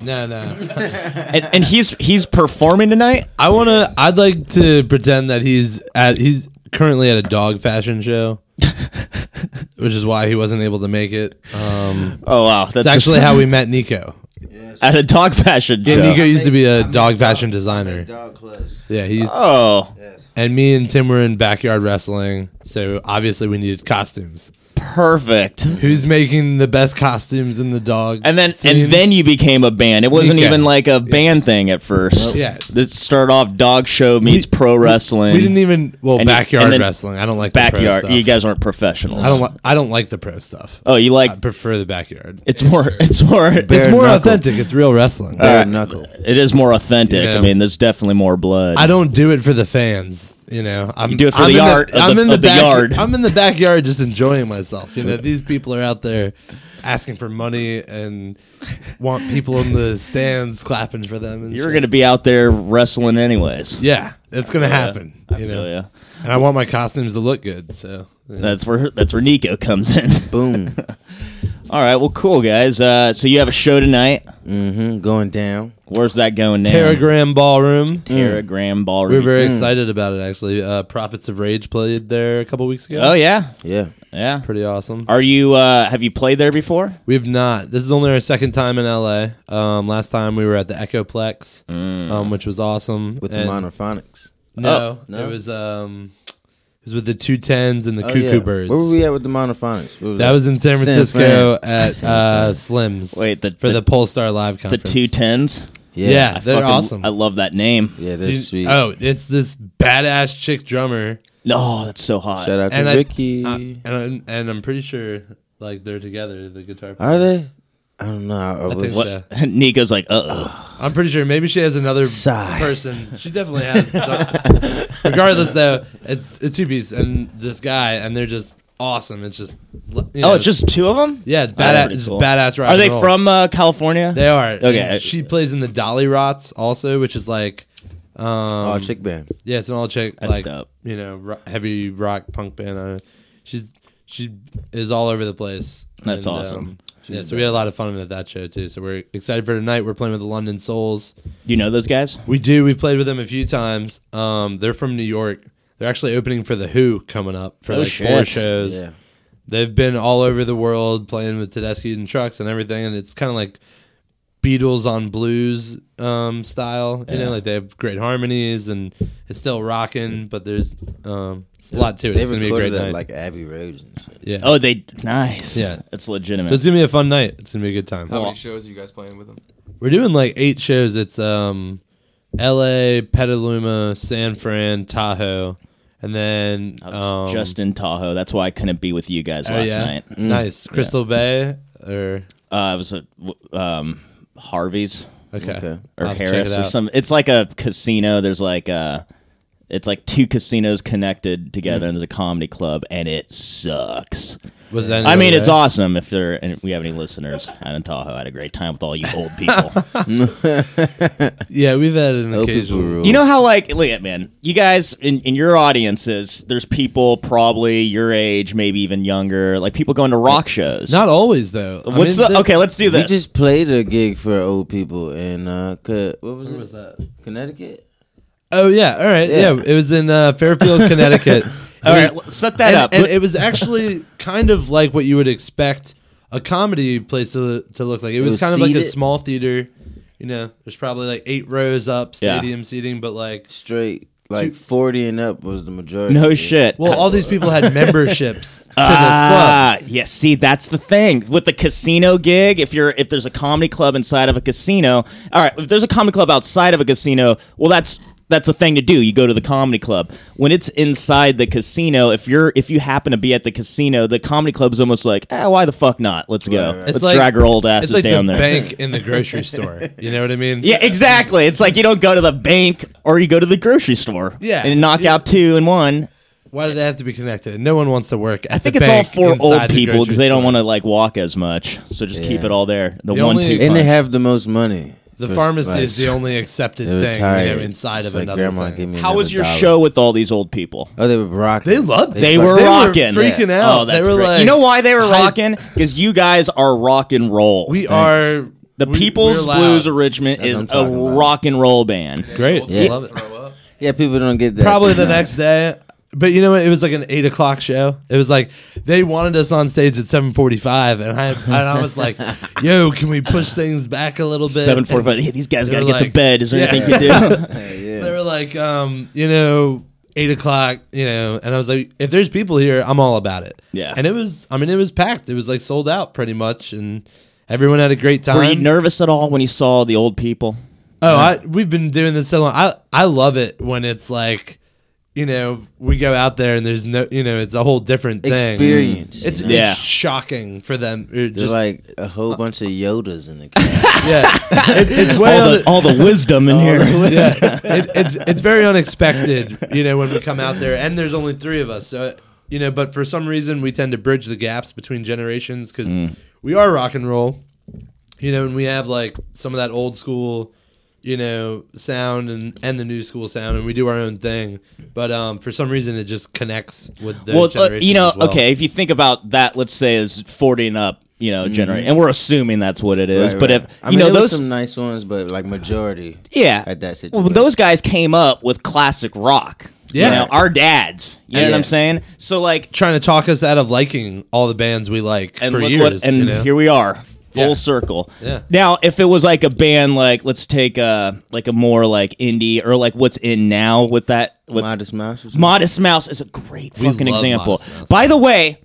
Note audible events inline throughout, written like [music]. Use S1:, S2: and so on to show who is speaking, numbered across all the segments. S1: No, no.
S2: and, and he's he's performing tonight.
S1: I want to. I'd like to pretend that he's at. He's currently at a dog fashion
S2: [laughs]
S1: show, which is why he wasn't able to make it. Um,
S2: Oh wow, that's
S1: it's actually how we met Nico.
S2: [laughs] at a dog fashion
S1: Yeah,
S2: show.
S1: Nico used to be a dog fashion
S3: Make
S1: designer.
S3: Dog clothes.
S1: Yeah, he used.
S2: Oh,
S3: Yes.
S1: And me and Tim were in backyard wrestling, so obviously we needed costumes.
S2: perfect.
S1: Who's making the best costumes in the dog?
S2: And then
S1: scene?
S2: and then you became a band. It wasn't
S1: Okay.
S2: even like a band thing at first.
S1: Yeah.
S2: This started off dog show meets pro wrestling.
S1: we didn't even well
S2: And you-
S1: backyard
S2: and then-
S1: wrestling. I don't like The
S2: backyard.
S1: pro
S2: You
S1: stuff.
S2: guys aren't professionals.
S1: I don't. Li- I don't like the pro stuff.
S2: oh, you like
S1: I prefer the backyard.
S2: it's more [laughs] it's more
S1: it's
S2: it's
S1: more
S2: more
S1: authentic. It's real wrestling.
S3: Bare knuckle.
S2: it is more authentic.
S1: Yeah.
S2: I mean, there's definitely more blood.
S1: I don't do it for the fans. You know, I'm
S2: do it for
S1: I'm
S2: the
S1: in
S2: art of
S1: I'm
S2: the-
S1: in the,
S2: of the
S1: back-
S2: yard.
S1: I'm in the backyard just enjoying myself. You know, these people are out there asking for money and want people in the stands clapping for them. And
S2: You're
S1: shit.
S2: going to be out there wrestling anyways.
S1: yeah, it's gonna happen.
S2: I
S1: you
S2: feel
S1: know,
S2: ya.
S1: and I want my costumes to look good. So yeah.
S2: That's where that's where Nico comes in.
S3: Boom.
S2: [laughs] All right, well, cool guys. Uh, so you have a show tonight.
S3: mm-hmm. Going down.
S2: Where's that going now?
S1: Terragram Ballroom.
S3: Mm.
S2: Terragram
S1: We
S2: Ballroom.
S1: were very excited about it. Actually, uh, Prophets of Rage played there a couple weeks ago.
S2: oh yeah,
S3: Yeah.
S2: yeah.
S1: pretty awesome.
S2: Are you? Uh, have you played there before?
S1: We've not. This is only our second time in LA. Um, last time we were at the Echoplex,
S2: Mm.
S1: um, which was awesome.
S3: With
S1: And-
S3: the monophonics.
S1: No,
S2: Oh,
S3: no.
S1: it was um, it was with the two tens and the
S3: Oh,
S1: cuckoo
S3: yeah.
S1: birds.
S3: Where were we at with the monophonics? What
S1: That was in San Francisco
S3: Fran.
S1: at
S3: San
S1: uh,
S3: Fran.
S1: Slim's.
S2: Wait, the-
S1: for
S2: the-
S1: the, Polestar Live
S2: The
S1: conference.
S2: two tens.
S1: Yeah,
S3: Yeah.
S1: they're
S2: Fucking-
S1: awesome.
S2: I love that name.
S3: Yeah,
S1: Do
S3: they're
S1: you-
S3: sweet.
S1: Oh, it's this badass chick drummer,
S2: No, Oh, that's so hot.
S3: Shout out to
S1: and I, uh,
S3: Ricky.
S1: I- and I'm, and I'm pretty sure like they're together. The guitar. player.
S3: Are they? I don't know. I uh, was-
S1: so.
S2: What? [laughs] Nico's like, uh oh.
S1: I'm pretty sure. Maybe she has another
S3: Sigh.
S1: person. She definitely has. some- Regardless, though, it's a two piece and this guy, and they're just awesome. It's just. you
S2: Oh,
S1: know,
S2: it's just two of them.
S1: yeah, it's
S2: That's
S1: badass.
S2: pretty
S1: It's
S2: cool.
S1: badass rock.
S2: Are
S1: and
S2: they
S1: roll.
S2: from uh, California?
S1: They are.
S2: Okay.
S1: And she plays in the Dolly Rots also, which is like. Um,
S3: Oh, chick band.
S1: Yeah, it's an all chick
S2: That's
S1: like
S2: dope.
S1: you know ro- heavy rock punk band. I don't know. She's she is all over the place. um,
S2: That's awesome.
S1: yeah, so we had a lot of fun at that show too. So we're excited for tonight. We're playing with the London Souls.
S2: You know those guys?
S1: We do. We played with them a few times. Um, they're from New York. They're actually opening for the Who coming up for
S2: Oh,
S1: like
S2: shit.
S1: four shows.
S3: Yeah.
S1: They've been all over the world playing with Tedeschi and trucks and everything, and it's kind of like Beatles on blues um, style. You know, like they have great harmonies and it's still rocking, but there's um, it's a lot to it.
S3: They
S1: it's gonna be a great
S3: recorded
S1: night.
S3: at like Abbey Road and shit.
S1: yeah.
S2: Oh, they nice.
S1: Yeah.
S2: that's legitimate.
S1: So it's gonna be a fun night. It's gonna be a good time.
S4: How many shows are you guys playing with them?
S1: We're doing like eight shows. It's um, L.A., Petaluma, San Fran, Tahoe, and then
S2: I was
S1: um,
S2: just in Tahoe. That's why I couldn't be with you guys
S1: oh,
S2: last
S1: yeah?
S2: night. Mm.
S1: Nice Crystal Bay or
S2: Uh, I was at w- um, Harvey's
S1: okay,
S3: Okay.
S2: or
S1: I'll have to check
S2: Harris
S1: it
S2: or
S1: out.
S2: some. It's like a casino. There's like uh it's like two casinos connected together,
S1: Hmm.
S2: and there's a comedy club, and it sucks.
S1: Was that
S2: I mean, it's
S1: there?
S2: awesome if there and we have any listeners out in Tahoe. I had a great time with all you old
S1: [laughs]
S2: people.
S1: Yeah, we've had an
S3: Old people
S1: occasional.
S3: rule.
S2: you know how like look at man, you guys in, in your audiences, there's people probably your age, maybe even younger, like people going to rock shows.
S1: Not always though. I
S2: what's
S1: mean,
S2: the
S1: there-
S2: okay? Let's do
S3: we
S2: this.
S3: just played a gig for old people in uh, Co- what was
S1: Where
S3: it?
S1: was that?
S3: Connecticut.
S1: Oh yeah, all right, yeah.
S3: Yeah.
S1: It was in uh,
S2: [laughs]
S1: Fairfield, Connecticut.
S2: all right, let's set that
S1: and,
S2: up.
S1: and it was actually kind of like what you would expect a comedy place to to look like. It was,
S3: was
S1: kind of like a
S3: seated.
S1: small theater. You know, there's probably like eight rows up,
S2: Yeah.
S1: stadium seating, but like,
S3: Straight like forty and up was the majority.
S2: no
S3: Yeah.
S2: shit.
S1: well, all these people
S2: [laughs]
S1: had memberships to this club.
S2: Ah, yes. See, that's the thing with the casino gig. If you're if there's a comedy club inside of a casino, all right. If there's a comedy club outside of a casino, well, that's that's a thing to do. You go to the comedy club. When it's inside the casino, if you're if you happen to be at the casino, the comedy club's almost like, eh, why the fuck not? Let's go.
S3: right.
S2: Let's drag our old asses
S1: it's like
S2: down
S1: the
S2: there.
S1: Bank in the grocery store. You know what I mean?
S2: [laughs] Yeah, exactly. It's like you don't go to the bank or you go to the grocery store.
S1: Yeah.
S2: and knock out two and one.
S1: Why do they have to be connected? No one wants to work. At
S2: I think it's all for old people because they don't want to like walk as much. So just keep
S3: Yeah.
S2: it all there. The,
S1: The
S2: one
S1: only-
S2: two.
S3: And
S2: punch.
S3: they have the most money.
S1: The
S3: For-
S1: pharmacy is
S3: like,
S1: the only accepted
S3: they were
S1: thing you
S3: tired.
S1: know, inside
S3: It's
S1: of
S3: like,
S1: another
S3: Grandma,
S1: thing.
S3: give me
S2: How
S3: another
S2: was your
S3: dollar."
S2: show with all these old people?
S3: Oh, they were rocking.
S1: They loved it.
S2: They were
S1: they
S2: rocking.
S1: Were freaking out.
S2: Oh, that's
S1: they were
S2: great.
S1: like,
S2: you know why they were
S1: hype.
S2: rocking? Because you guys are rock and roll.
S1: We are
S2: The
S1: We-
S2: People's
S1: we're loud.
S2: Blues of Richmond
S3: That's
S2: is
S3: what I'm
S2: a
S3: talking about.
S2: rock and roll band.
S1: Great.
S3: Yeah.
S1: Love it.
S3: Yeah, people don't get that.
S1: Probably the
S3: [laughs]
S1: next
S3: sometimes.
S1: day. But you know what? It was like an eight o'clock show. It was like they wanted us on stage at seven forty-five, and I and I was
S2: [laughs]
S1: like, "Yo, can we push things back a little bit?"
S2: Seven four five. Hey, these guys
S1: They
S2: gotta
S1: were
S2: get to
S1: like-
S2: bed. Is there
S1: Yeah.
S2: anything you can do?
S1: And They were like, um, you know, eight o'clock, you know, and I was like, if there's people here, I'm all about it.
S2: Yeah.
S1: And it was, I mean, it was packed. It was like sold out pretty much, and everyone had a great time. [laughs]
S2: Were you nervous at all when you saw the old people?
S1: Oh, I, we've been doing this so long. I I love it when it's like, you know, we go out there and there's no, you know, it's a whole different thing.
S3: Experience,
S1: It's,
S3: you
S2: know? Yeah.
S1: it's shocking for them. It
S3: There's
S1: just-
S3: like a whole bunch of Yodas in
S1: [laughs]
S3: the crowd. [laughs]
S1: yeah, It- it's way
S2: All
S1: on
S2: the, all
S1: [laughs]
S2: the wisdom in here.
S1: yeah, it, it's it's very unexpected, you know, when we come out there, and there's only three of us, so you know. But for some reason, we tend to bridge the gaps between generations because
S2: Mm.
S1: we are rock and roll, you know, and we have like some of that old school, you know, sound and and the new school sound, and we do our own thing. But um, for some reason, it just connects with those
S2: well, uh,
S1: generations.
S2: you know,
S1: as well.
S2: okay, if you think about that, let's say is forty and up, you know, generate, and we're assuming that's what it is.
S3: Right,
S2: but
S3: right.
S2: if
S3: I
S2: you
S3: mean,
S2: know
S3: there was
S2: those,
S3: some nice ones, but like majority,
S2: yeah,
S3: at that situation.
S2: well, those guys came up with classic rock.
S1: Yeah.
S2: you know, our dads. You know what
S3: Yeah.
S2: I'm saying? So like,
S1: trying to talk us out of liking all the bands we like
S2: and
S1: for
S2: look
S1: years.
S2: what, and
S1: you know?
S2: here we are, full
S1: Yeah.
S2: circle.
S1: Yeah.
S2: Now, if it was like a band, like let's take a like a more like indie or like what's in now with that with
S3: Modest Mouse. or something?
S2: Modest Mouse is a great fucking
S1: love
S2: example.
S1: Modest Mouse.
S2: By the way,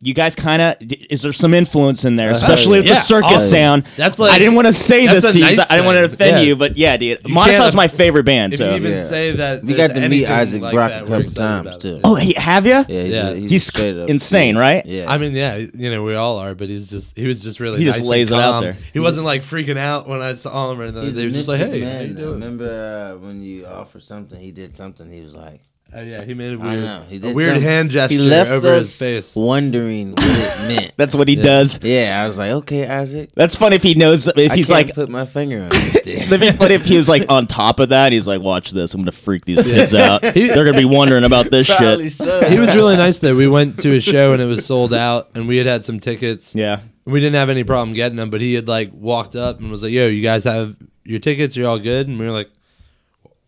S2: you guys kind of is there some influence in there, especially with the
S1: Uh, yeah.
S2: circus
S1: Oh,
S2: sound.
S1: that's like-
S2: I didn't want to say
S1: that's
S2: this
S1: a
S2: to you. 'cause
S1: nice
S2: I didn't want to
S1: thing.
S2: offend
S1: Yeah.
S2: you, but yeah, dude, Modest
S1: can't
S2: Mouse is my favorite band.
S1: If
S2: So,
S1: you even
S3: Yeah.
S1: say that
S3: We
S1: there's
S3: got to meet
S1: anything
S3: Isaac
S1: like
S3: Brock
S1: that,
S3: a
S1: we're
S3: couple
S1: excited
S3: times
S1: about
S3: too.
S1: it.
S2: oh, he, have you?
S3: yeah, he's,
S1: yeah.
S3: A, he's,
S2: He's
S3: a straight up
S2: insane, right?
S3: Yeah,
S1: I mean, yeah, you know, we all are, but he's just, he was just really
S2: He
S1: nice.
S2: just
S1: and
S2: lays it out
S1: calm.
S2: there.
S1: He wasn't like freaking out when I saw him or anything.
S3: He's
S1: He
S3: a
S1: was just like,
S3: mystic
S1: hey, how
S3: man,
S1: you
S3: though.
S1: doing?
S3: Remember uh, when you offered something, he did something. He was like,
S1: Uh, yeah, he made a
S3: I
S1: weird,
S3: know. He
S1: a
S3: did
S1: weird
S3: something.
S1: hand gesture
S3: He left
S1: over
S3: us
S1: his face.
S3: wondering what it meant.
S2: That's what he does.
S3: yeah, I was like, okay, Isaac.
S2: That's funny if he knows if
S3: I
S2: he's
S3: can't
S2: like.
S3: put my
S1: [laughs]
S3: finger on this thing.
S2: That'd be funny if he was like on top of that. He's like, "Watch this! I'm gonna freak these
S1: [laughs]
S2: kids out. They're gonna be wondering about this
S3: Probably
S2: shit."
S3: so.
S1: He was really nice though. We went to his show and it was sold out, and we had had some tickets.
S2: Yeah,
S1: we didn't have any problem getting them, but he had like walked up and was like, "Yo, you guys have your tickets? You're all good?" And we were like,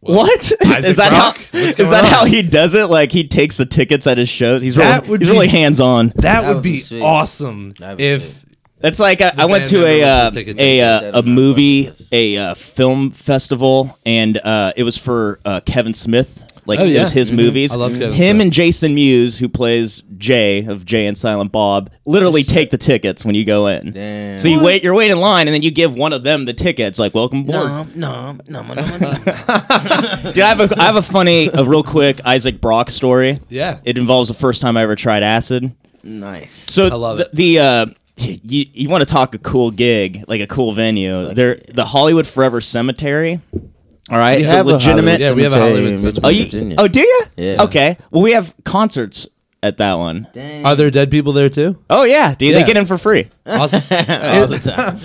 S2: What [laughs] is
S1: Isaac
S2: that?
S1: Brock?
S2: How,
S1: What's going
S2: is that
S1: on?
S2: how he does it? Like he takes the tickets at his shows. He's
S1: That
S2: really,
S1: would
S2: he's
S1: be-
S2: really hands on.
S1: "That,
S3: would
S1: would
S3: be
S1: be,
S3: sweet.
S1: awesome
S3: That'd be
S1: if."
S2: That's like I, I
S1: band
S2: went to a
S1: member
S2: uh,
S1: with the ticket
S2: a
S1: tape.
S2: uh, a
S3: That is
S2: movie
S3: my bucket
S2: a uh, film festival, and uh, it was for uh, Kevin Smith. Like
S1: Oh,
S2: it
S1: yeah.
S2: was his
S1: Mhm.
S2: movies.
S1: I love Kevin
S2: Him
S1: Smith.
S2: and Jason Mewes, who plays Jay of Jay and Silent Bob, literally take the tickets when you go in.
S3: Damn.
S2: So you wait, you're waiting in line, and then you give one of them the tickets, like "Welcome aboard."
S3: Nom, nom, nom, nom, nom, nom.
S2: Dude, I have a I have a funny, a real quick Isaac Brock story.
S1: Yeah.
S2: it involves the first time I ever tried acid.
S3: [laughs] nice.
S2: So
S1: I love
S2: th-
S1: it.
S2: The uh, you you want to talk a cool gig, like a cool venue? There, the Hollywood Forever Cemetery. All right,
S3: We
S2: it's
S3: have
S2: a legitimate.
S1: Yeah, we have a
S3: cemetery
S1: Hollywood
S3: in Richmond,
S2: oh, you,
S3: Virginia.
S2: oh, do you?
S3: Yeah.
S2: Okay. Well, we have concerts at that one.
S3: Dang.
S1: Are there dead people there
S3: [laughs]
S1: too?
S2: Oh yeah, dude, they
S1: Yeah.
S2: get in for free.
S1: Awesome.
S3: all the time.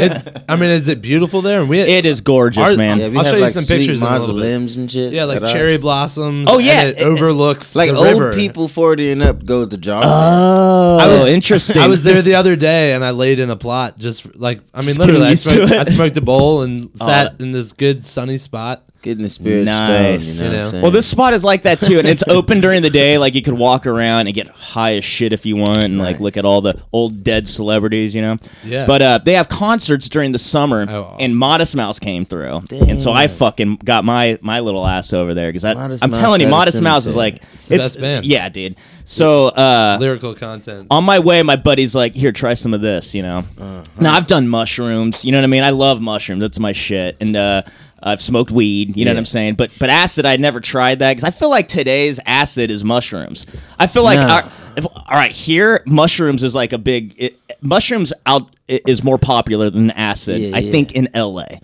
S1: it's, I mean, is it beautiful there? And we
S2: It is gorgeous,
S1: Our-
S2: man.
S3: Yeah, we
S1: I'll
S3: have
S1: show you
S3: like
S1: some
S3: sweet
S1: pictures in a little bit.
S3: mausoleums and shit.
S1: Yeah, like
S3: that are-
S1: cherry blossoms.
S2: Oh, yeah.
S1: and it, overlooks
S3: Like
S1: the
S3: old
S1: river. Uh-huh.
S3: people forty and up go to Jolly.
S2: Oh,
S1: I was-
S2: interesting.
S1: I was there
S2: This-
S1: the other day and I laid in a plot just for- like I mean
S2: Just
S1: literally
S2: getting
S1: I
S2: used to
S1: smoked,
S2: it.
S1: I smoked a bowl
S2: [laughs]
S1: and
S2: Oh.
S1: sat in this good sunny spot.
S3: Getting the spirit
S2: Nice.
S3: stone. You know. What I'm saying?
S2: Well, this spot is like that too, and it's open during the day. Like you could walk around and get high as shit if you want, and like look at all the old dead celebrities, you know.
S1: Yeah.
S2: But uh, they have concerts during the summer,
S1: Oh, awesome.
S2: and Modest Mouse came through, and so I fucking got my my little ass over there because I'm
S3: Modest Mouse
S2: telling you,
S3: at a
S2: Modest Mouse is
S3: cemetery.
S2: like it's,
S1: the best band.
S2: Yeah, dude. So uh,
S1: Lyrical content.
S2: on my way, my buddy's like, "Here, try some of this," you know.
S3: Uh-huh.
S2: Now I've done mushrooms, you know what I mean. I love mushrooms; that's my shit. And uh, I've smoked weed, you know what
S3: Yeah.
S2: I'm saying. But but acid, I never tried that because I feel like today's acid is mushrooms. I feel like
S3: No.
S2: our- if, all right here, mushrooms is like a big it, mushrooms out i- is more popular than acid.
S3: Yeah,
S2: I
S3: yeah.
S2: think in L.A.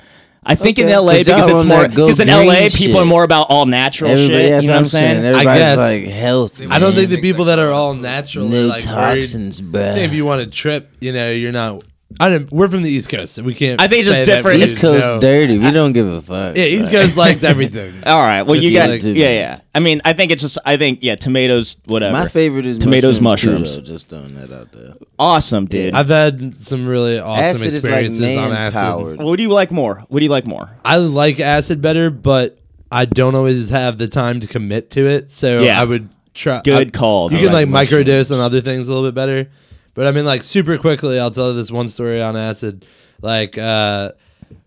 S2: I think in
S3: Okay.
S2: L.A.
S3: 'Cause
S2: because
S3: y'all
S2: it's
S3: on
S2: more
S3: that go
S2: because in
S3: green
S2: L.A. people are
S3: shit.
S2: more about all natural
S3: Everybody,
S2: shit.
S3: that's
S2: You know what I'm saying?
S3: Everybody's
S1: guess.
S3: like healthy.
S1: I don't think
S3: man.
S1: the people that are all natural are
S3: no
S1: like worried.
S3: toxins,
S1: I think if
S3: bruh.
S1: you want to trip, you know, you're not I didn't. We're from the East Coast. We can't.
S2: I think it's
S1: say
S2: just
S1: that
S2: different.
S1: we
S2: East
S3: East
S1: just
S3: Coast
S1: know.
S3: dirty. We don't give a fuck.
S1: Yeah, East Coast likes
S2: [laughs]
S1: everything.
S2: All right. Well, you
S1: It's
S2: got
S1: like-
S2: yeah, yeah. I mean, I think it's just I think yeah, tomatoes, whatever.
S3: My favorite is
S2: Tomatoes,
S3: mushrooms. too,
S2: mushrooms.
S3: though, just throwing that out there.
S2: awesome, dude.
S1: I've had some really awesome
S3: acid is like
S1: experiences on
S3: man
S1: acid.
S3: powered.
S2: what do you like more? What do you like more?
S1: I like acid better, but I don't always have the time to commit to it. So
S2: Yeah.
S1: I would try.
S2: Good
S1: I-
S2: call.
S1: You
S2: I
S1: can like,
S2: like
S1: microdose on other things a little bit better. But I mean, like super quickly, I'll tell this one story on acid. Like uh,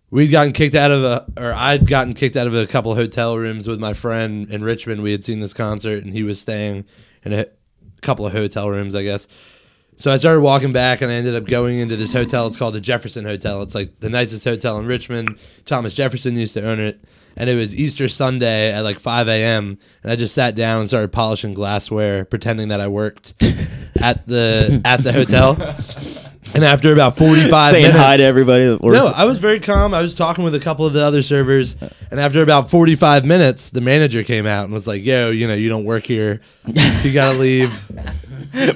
S1: we'd gotten kicked out of a, or I'd gotten kicked out of a couple hotel rooms with my friend in Richmond. We had seen this concert, and he was staying in a couple of hotel rooms, I guess. So I started walking back, and I ended up going into this hotel. It's called the Jefferson Hotel. It's like the nicest hotel in Richmond. Thomas Jefferson used to own it, and it was Easter Sunday at like 5 a.m. And I just sat down and started polishing glassware, pretending that I
S2: [laughs]
S1: worked at the at the hotel. And after about 45
S2: Saying
S1: minutes,
S2: hi to everybody. that works-
S1: no, I was very calm. I was talking with a couple of the other servers, and after about forty-five minutes, the manager came out and was like, "Yo, you know, you don't work here. You gotta leave."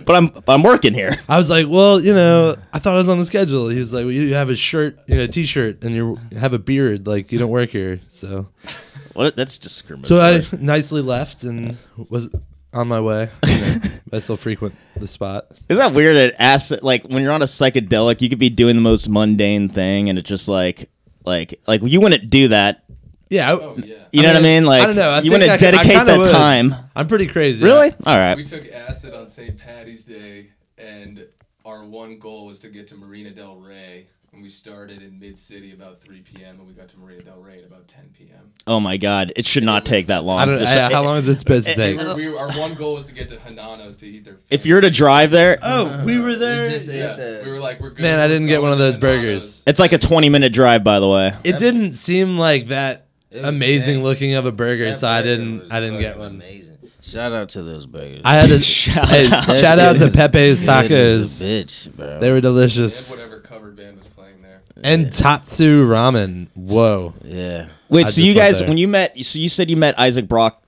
S2: but I'm I'm working here.
S1: I was like, "Well, you know, I thought I was on the schedule." He was like, well, "You have a shirt, you know, t-shirt, and you have a beard. Like, you don't work here." So,
S2: [laughs] What? That's discriminatory.
S1: so I nicely left and was on my way. You [laughs] know, I still frequent the spot.
S2: Isn't that weird that acid like when you're on a psychedelic you could be doing the most mundane thing and it's just like like like you wouldn't do that.
S1: Yeah, I,
S4: yeah.
S2: You know what I mean? Like
S1: I don't know. I
S2: you
S1: think
S2: wouldn't
S1: I- I
S2: dedicate
S1: kinda
S2: that
S1: would.
S2: time.
S1: I'm pretty crazy.
S2: Really? All
S4: We
S2: right.
S4: took acid on St. Patty's Day, and our one goal was to get to Marina Del Rey. And we started in Mid City about 3 p.m. and we got to Marina Del Rey at about 10 p.m.
S2: Oh my god, it should not take that long.
S1: I don't know.
S2: Just-
S1: How long is it supposed to
S4: We
S1: take?
S4: were, we were- our one goal was to get to Hananos to eat their.
S2: If you're to drive there,
S1: Oh, we were there.
S4: yeah, we were like, we're good.
S1: Man, I didn't get one of those burgers.
S2: it's like a 20 minute drive by the way.
S1: It didn't seem like that
S3: It was
S1: amazing
S3: dank.
S1: looking of a burger,
S3: That
S1: so I
S3: burger
S1: didn't.
S3: was
S1: I didn't get
S3: fucking
S1: one.
S3: Amazing. Shout out to those burgers.
S1: [laughs] I had a
S2: Shout
S1: shout, hey,
S2: out.
S3: That
S1: shout
S3: shit
S1: out to
S3: is
S1: Pepe's
S3: good as
S1: Tacos.
S3: a bitch, bro.
S1: They were
S4: They had
S1: delicious.
S4: whatever covered band was playing there.
S1: And Tatsu Ramen. Whoa.
S3: yeah,
S2: Wait,
S1: I
S2: so you
S1: just went
S2: guys
S1: there.
S2: when you met so you said you met Isaac Brock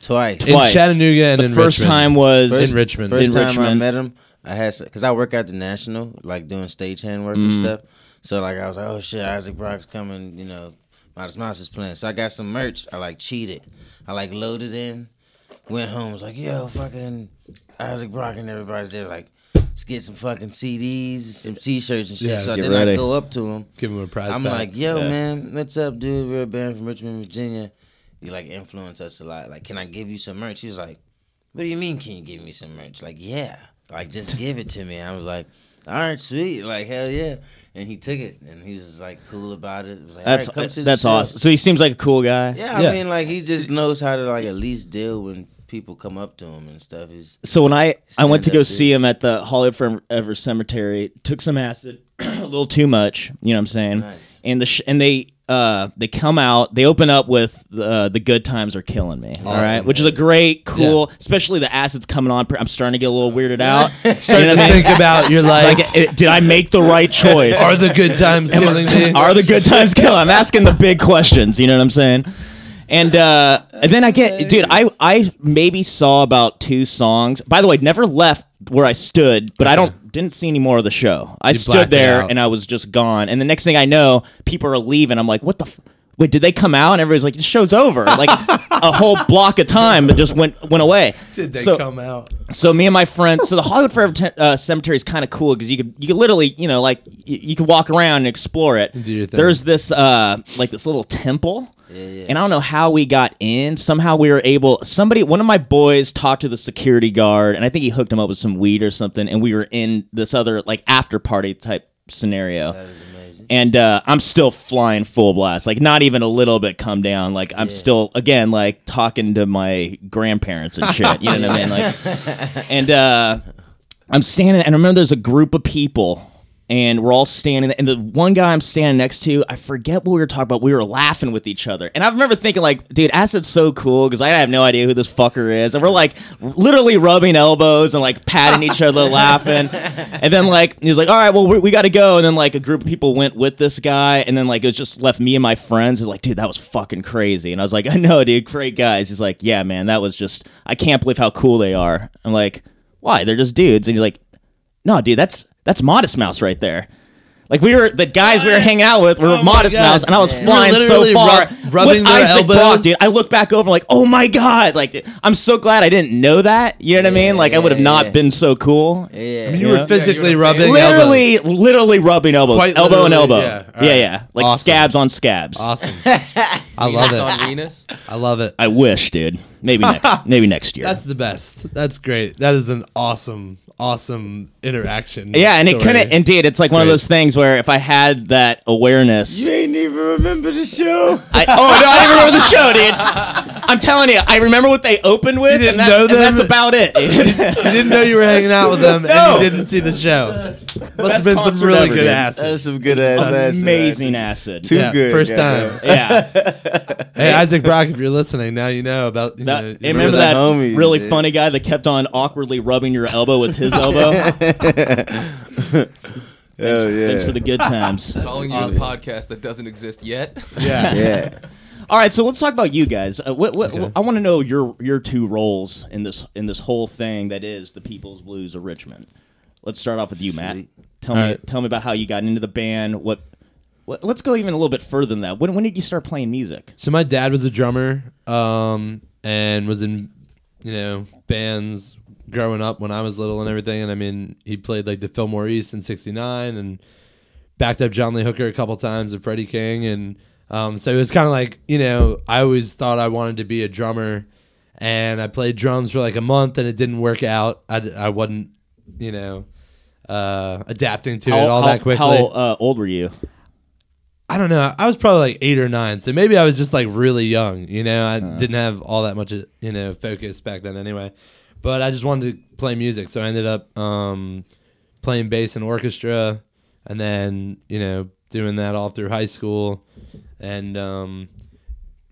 S3: twice.
S1: In
S2: Twice.
S1: Chattanooga and
S2: the
S1: in
S2: first
S1: Richmond.
S2: time was
S1: First- in Richmond.
S3: First
S2: In
S3: time I
S2: Richmond.
S3: met him, I had because I work at the National, like doing stagehand work
S2: Mm.
S3: and stuff. So like I was like, oh shit, Isaac Brock's coming, you know, Modest Mouse is playing. So I got some merch. I like cheated. I like loaded in, went home. Was like, yo, fucking Isaac Brock and everybody's there. Like, let's get some fucking CDs, some T-shirts and shit.
S1: Yeah,
S3: so
S1: get
S3: then
S2: ready.
S3: I go up to him.
S1: Give him a prize.
S3: I'm
S1: back.
S3: like, yo,
S2: Yeah.
S3: man, what's up, dude? We're a band from Richmond, Virginia. You like influence us a lot. Like, can I give you some merch? He was like, what do you mean? Can you give me some merch? Like, yeah, like just give it to me. I was like, all right, sweet, like hell yeah. And he took it, and he was just, like cool about it. Was like,
S2: That's
S3: "All right, come to the
S2: that's
S3: show."
S2: awesome. So he seems like a cool guy.
S3: Yeah, I
S1: Yeah.
S3: mean, like he just knows how to like at least deal when people come up to him and stuff. He's
S2: So when I I went to
S3: Stand
S2: go
S3: up, dude.
S2: see him at the Hollywood Forever Cemetery, took some acid, [clears throat] a little too much. You know what I'm saying?
S3: Nice.
S2: And the sh- and they uh they come out, they open up with uh, the good times are killing me. All right, which is a great, cool, especially the acid's coming on. I'm starting to get a little weirded
S3: [laughs]
S2: out. [laughs] you
S1: Start
S2: know what
S1: to
S2: I mean?
S1: think Uh, about your life.
S2: Like, it- did I make the right choice?
S1: Are the good
S2: [laughs]
S1: times killing
S4: [laughs]
S1: me?
S2: Are the good times killing? I'm asking the big questions. You know what I'm saying? And uh, and then I get, dude, I I maybe saw about two songs. By the way, never left where I stood, but I don't didn't see any more of the show. I stood
S1: blacked it
S2: there
S1: out.
S2: and I was just gone. And the next thing I know, people are leaving. I'm like, what the. F- Wait, did they come out? And everybody's like, "The show's over!"
S1: [laughs]
S2: Like a whole block of time, that just went went away.
S1: Did they
S2: So-
S1: come out?
S2: so me and my friends, so the Hollywood Forever Te- uh, Cemetery is kind of cool because you could you could literally you know like you, you could walk around and explore it.
S1: do your thing.
S2: There's this uh like this little temple,
S3: yeah.
S2: and I don't know how we got in. Somehow we were able. Somebody, one of my boys, talked to the security guard, and I think he hooked him up with some weed or something. And we were in this other like after party type scenario.
S3: that was amazing.
S2: And uh, I'm still flying full blast, like not even a little bit come down. Like I'm still again like talking to my grandparents and shit. You know what I mean? Like and uh, I'm standing, and I remember there's a group of people, and we're all standing. And the one guy I'm standing next to, I forget what we were talking about. We were laughing with each other, and I remember thinking, like, dude, acid's so cool because I have no idea who this fucker is, and we're like literally rubbing elbows and like patting each other, laughing. And then like he's like, all right, well we, we got to go. And then like a group of people went with this guy, and then like it was just left me and my friends. And like, dude, that was fucking crazy. And I was like, I know, dude, great guys. He's like, yeah, man, that was just I can't believe how cool they are. I'm like why? They're just dudes. And you're like, no, dude, that's that's Modest Mouse right there. Like we were the guys we were hanging out with were
S1: Oh my
S2: modest
S1: God.
S2: mouse, and I was
S1: Yeah.
S2: flying
S1: You were literally
S2: so far.
S1: rub- rubbing
S2: What
S1: their
S2: Isaac
S1: elbows.
S2: brought, dude. I look back over like, oh my god! Like dude, I'm so glad I didn't know that. You know what I mean? Like I would have
S3: yeah,
S2: not
S3: yeah.
S2: been so cool.
S3: Yeah.
S1: You
S2: Yeah.
S1: were physically
S4: Yeah, you were
S1: rubbing. elbows.
S2: Literally, literally rubbing elbows,
S1: Quite
S2: elbow and elbow.
S1: literally, yeah.
S2: Yeah,
S1: All
S2: yeah,
S1: right.
S2: Like
S1: Awesome.
S2: scabs on scabs. [laughs]
S1: Awesome. I love
S4: Venus
S1: it.
S4: on Venus.
S1: I love it.
S2: I wish, dude.
S1: [laughs]
S2: Maybe next, maybe next year.
S1: That's the best. That's great. That is an awesome, awesome interaction.
S2: yeah, and it
S1: story.
S2: couldn't. Indeed, it's like one of
S1: great.
S2: those things where if I had that awareness,
S3: ain't even remember the show.
S2: I, [laughs] oh no, I didn't remember the show, dude. I'm telling you, I remember what they opened with,
S1: didn't
S2: and, that-
S1: know
S2: and
S1: them?
S2: that's about
S1: [laughs]
S2: it. dude.
S1: You didn't know you were hanging out with them,
S2: No.
S1: and you didn't see the
S2: [laughs]
S1: show. Must have
S2: Best
S1: been some
S2: concert
S1: really
S2: ever,
S1: good
S2: dude.
S1: acid.
S3: That's some good ass ass.
S2: Amazing acid.
S3: Too
S1: Yeah,
S3: good.
S1: first
S3: goddamn.
S1: time.
S2: Yeah,
S1: Hey, Isaac Brock, if you're listening, now you know about. You
S2: that,
S1: know, you
S2: remember, that,
S3: that homie,
S2: really
S3: dude.
S2: funny guy that kept on awkwardly rubbing your elbow with his elbow?
S3: Hell yeah.
S2: Thanks for the good times.
S4: Calling you a podcast that doesn't exist yet.
S1: Yeah.
S3: yeah.
S2: All right, so let's talk about you guys. Uh, what, what,
S1: Okay.
S2: I want to know your your two roles in this in this whole thing that is the People's Blues of Richmond. Let's start off with you, Matt. Tell me
S1: right.
S2: tell me about how you got into the band. What, what let's go even a little bit further than that. When when did you start playing music?
S1: So my dad was a drummer, um, and was in, you know, bands growing up when I was little and everything. And I mean, he played like the Fillmore East in '69 and backed up John Lee Hooker a couple times and Freddie King. And um, so it was kind of like, you know, I always thought I wanted to be a drummer, and I played drums for like a month, and it didn't work out. I, d- I wasn't, you know, uh, adapting to it all that quickly.
S2: How uh, old were you?
S1: I don't know. I was probably like eight or nine, so maybe I was just like really young. You know, I didn't have all that much, you know, focus back then anyway. But I just wanted to play music, so I ended up um, playing bass in orchestra, and then you know doing that all through high school. And um,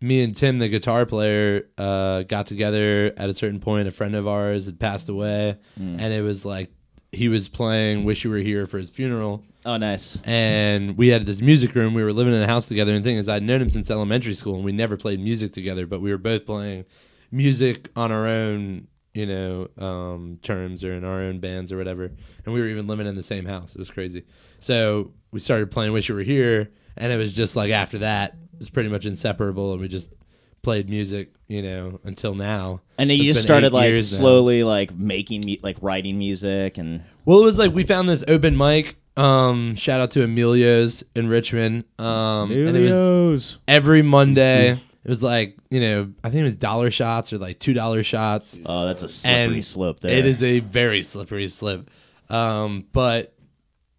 S1: me and Tim, the guitar player, uh, got together at a certain point. A friend of ours had passed away, and it was like he was playing "Wish You Were Here" for his funeral
S2: Oh, nice.
S1: and we had this music room. We were living in a house together, and the thing is, I'd known him since elementary school, and we never played music together, but we were both playing music on our own, you know, um, terms or in our own bands or whatever. And we were even living in the same house. It was crazy. So we started playing "Wish You Were Here," and it was just like after that, it was pretty much inseparable, and we just played music, you know, until now.
S2: And then you
S1: It's
S2: just
S1: been eight
S2: started like
S1: years now.
S2: slowly like making mu- like writing music and
S1: Well, it was like we found this open mic. Um, shout out to Emilio's in Richmond. Um, and it was every Monday. It was like you know, I think it was dollar shots or like two dollar shots.
S2: Oh, that's a slippery
S1: And
S2: slope there.
S1: It is a very slippery slip, um, but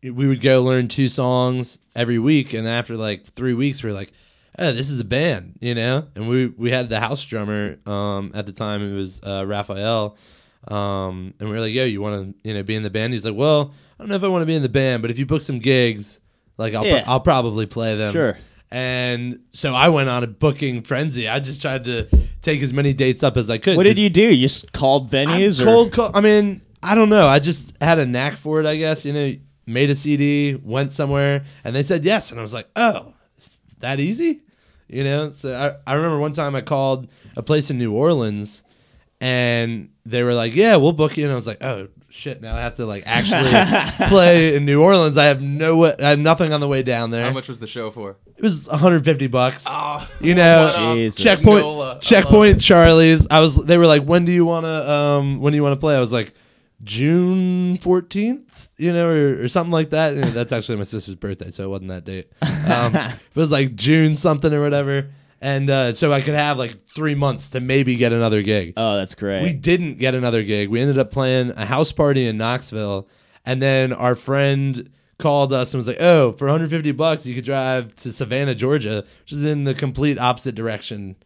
S1: we would go learn two songs every week, and after like three weeks, we are like, "Oh, this is a band," you know. And we we had the house drummer um, at the time. It was uh, Raphael, um, and we were like, "Yo, you want to you know be in the band?" He's like, "Well, I don't know if I want to be in the band, but if you book some gigs, like I'll pro-
S2: Yeah.
S1: I'll probably play them."
S2: Sure.
S1: And so I went on a booking frenzy. I just tried to take as many dates up as I could.
S2: What did
S1: 'cause-
S2: you do? You just called
S1: I'm
S2: venues or
S1: cold call. I mean, I don't know. I just had a knack for it, I guess. You know, made a CD, went somewhere, and they said yes, and I was like, oh, it's that easy? You know. So I, I remember one time I called a place in New Orleans, and they were like, yeah, we'll book you, and I was like, oh shit, now I have to like actually play in New Orleans. I have no, wa- I have nothing on the way down there.
S4: How much was the show for?
S1: It was 150 bucks.
S4: Oh,
S1: You know,
S4: Wow.
S2: Jesus.
S1: checkpoint
S4: Granola. I love
S1: checkpoint charlie's i was they were like when do you want to um when do you want to play i was like june 14th you know or, or something like that You know, that's actually my sister's birthday so it wasn't that date um, it was like june something or whatever and uh, so i could have like three months to maybe get another gig
S2: Oh, that's great.
S1: we didn't get another gig. We ended up playing a house party in Knoxville, and then our friend called us and was like, "Oh, for 150 bucks, you could drive to Savannah, Georgia, which is in the complete opposite direction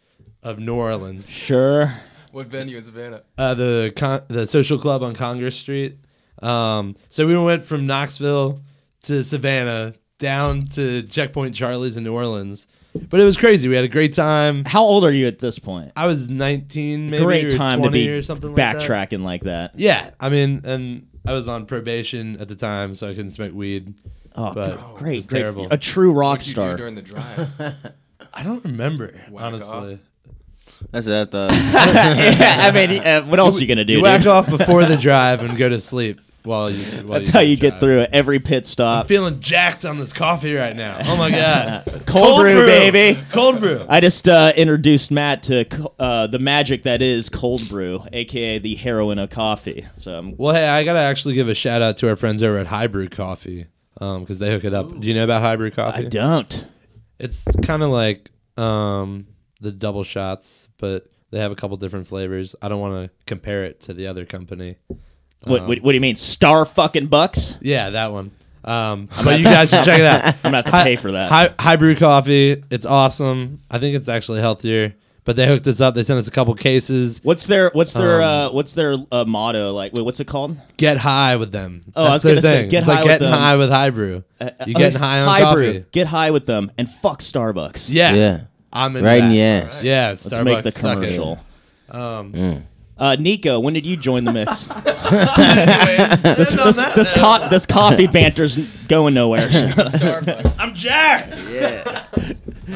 S1: of New Orleans.
S2: sure.
S4: What venue in Savannah?
S1: [laughs] Uh, the con- the social club on Congress Street. Um, so we went from Knoxville to Savannah down to Checkpoint Charlie's in New Orleans, but it was crazy. We had a great time.
S2: How old are you at this point?
S1: I was 19, maybe
S2: Great
S1: or
S2: time to
S1: 20
S2: be
S1: or something like that.
S2: backtracking like that.
S1: Yeah, I mean, and I was on probation at the time, so I couldn't smoke weed.
S2: Oh,
S1: But
S2: g-
S1: it
S2: great,
S1: was
S2: great.
S1: terrible.
S2: A true rock
S4: What you do
S2: star.
S4: during the
S1: [laughs]
S4: drives?
S1: I don't remember
S4: Whack
S1: honestly.
S3: [laughs] That's what I thought.
S2: [laughs] yeah, I mean, uh, what else are you gonna do?
S1: You whack
S2: dude?
S1: off before the drive and go to sleep. While you, while
S2: [laughs] That's how you get
S1: drive.
S2: through it. Every pit
S1: I'm
S2: stop.
S1: feeling jacked on this coffee right now. Oh my
S2: [laughs]
S1: god, cold,
S2: brew, baby.
S1: cold brew.
S2: I just uh, introduced Matt to co- uh, the magic that is cold brew, aka the heroin of coffee. So I'm
S1: Well, hey, I gotta actually give a shout out to our friends over at High Brew Coffee because they hook it up. Do you know about High Brew
S2: I
S1: Coffee?
S2: don't.
S1: It's kind of like um, the double shots, but they have a couple different flavors. I don't want to compare it to the other company.
S2: What,
S1: Um,
S2: what, what do you mean, star fucking bucks?
S1: Yeah, that one. Um, but you guys should check it out.
S2: [laughs] I'm gonna have to
S1: Hi-
S2: pay for that.
S1: Hi, high brew coffee. It's awesome. I think it's actually healthier. But they hooked us up. They sent us a couple cases.
S2: What's their what's their
S1: Um,
S2: uh, what's their uh, motto? Like, wait, what's it called?
S1: Get high with them.
S2: Oh, I was
S1: their
S2: gonna say,
S1: thing.
S2: get
S1: It's
S2: high
S1: like
S2: with
S1: getting
S2: them. Uh,
S1: high with high brew. you getting high on
S2: high
S1: coffee?
S2: Brew. Get high with them and fuck Starbucks.
S1: Yeah,
S3: Yeah.
S1: I'm in
S3: Right
S1: that.
S3: in the ass.
S1: Yeah,
S2: let's
S1: Starbucks.
S2: make the
S1: suck it. Um,
S2: commercial. Uh, Nico, when did you join the
S1: [laughs]
S2: [laughs] mix?
S4: Anyways,
S1: This-
S2: this, this, co-
S1: [laughs]
S2: this coffee banter's going nowhere.
S4: Starbucks.
S1: I'm jacked.
S2: [laughs]
S3: Yeah.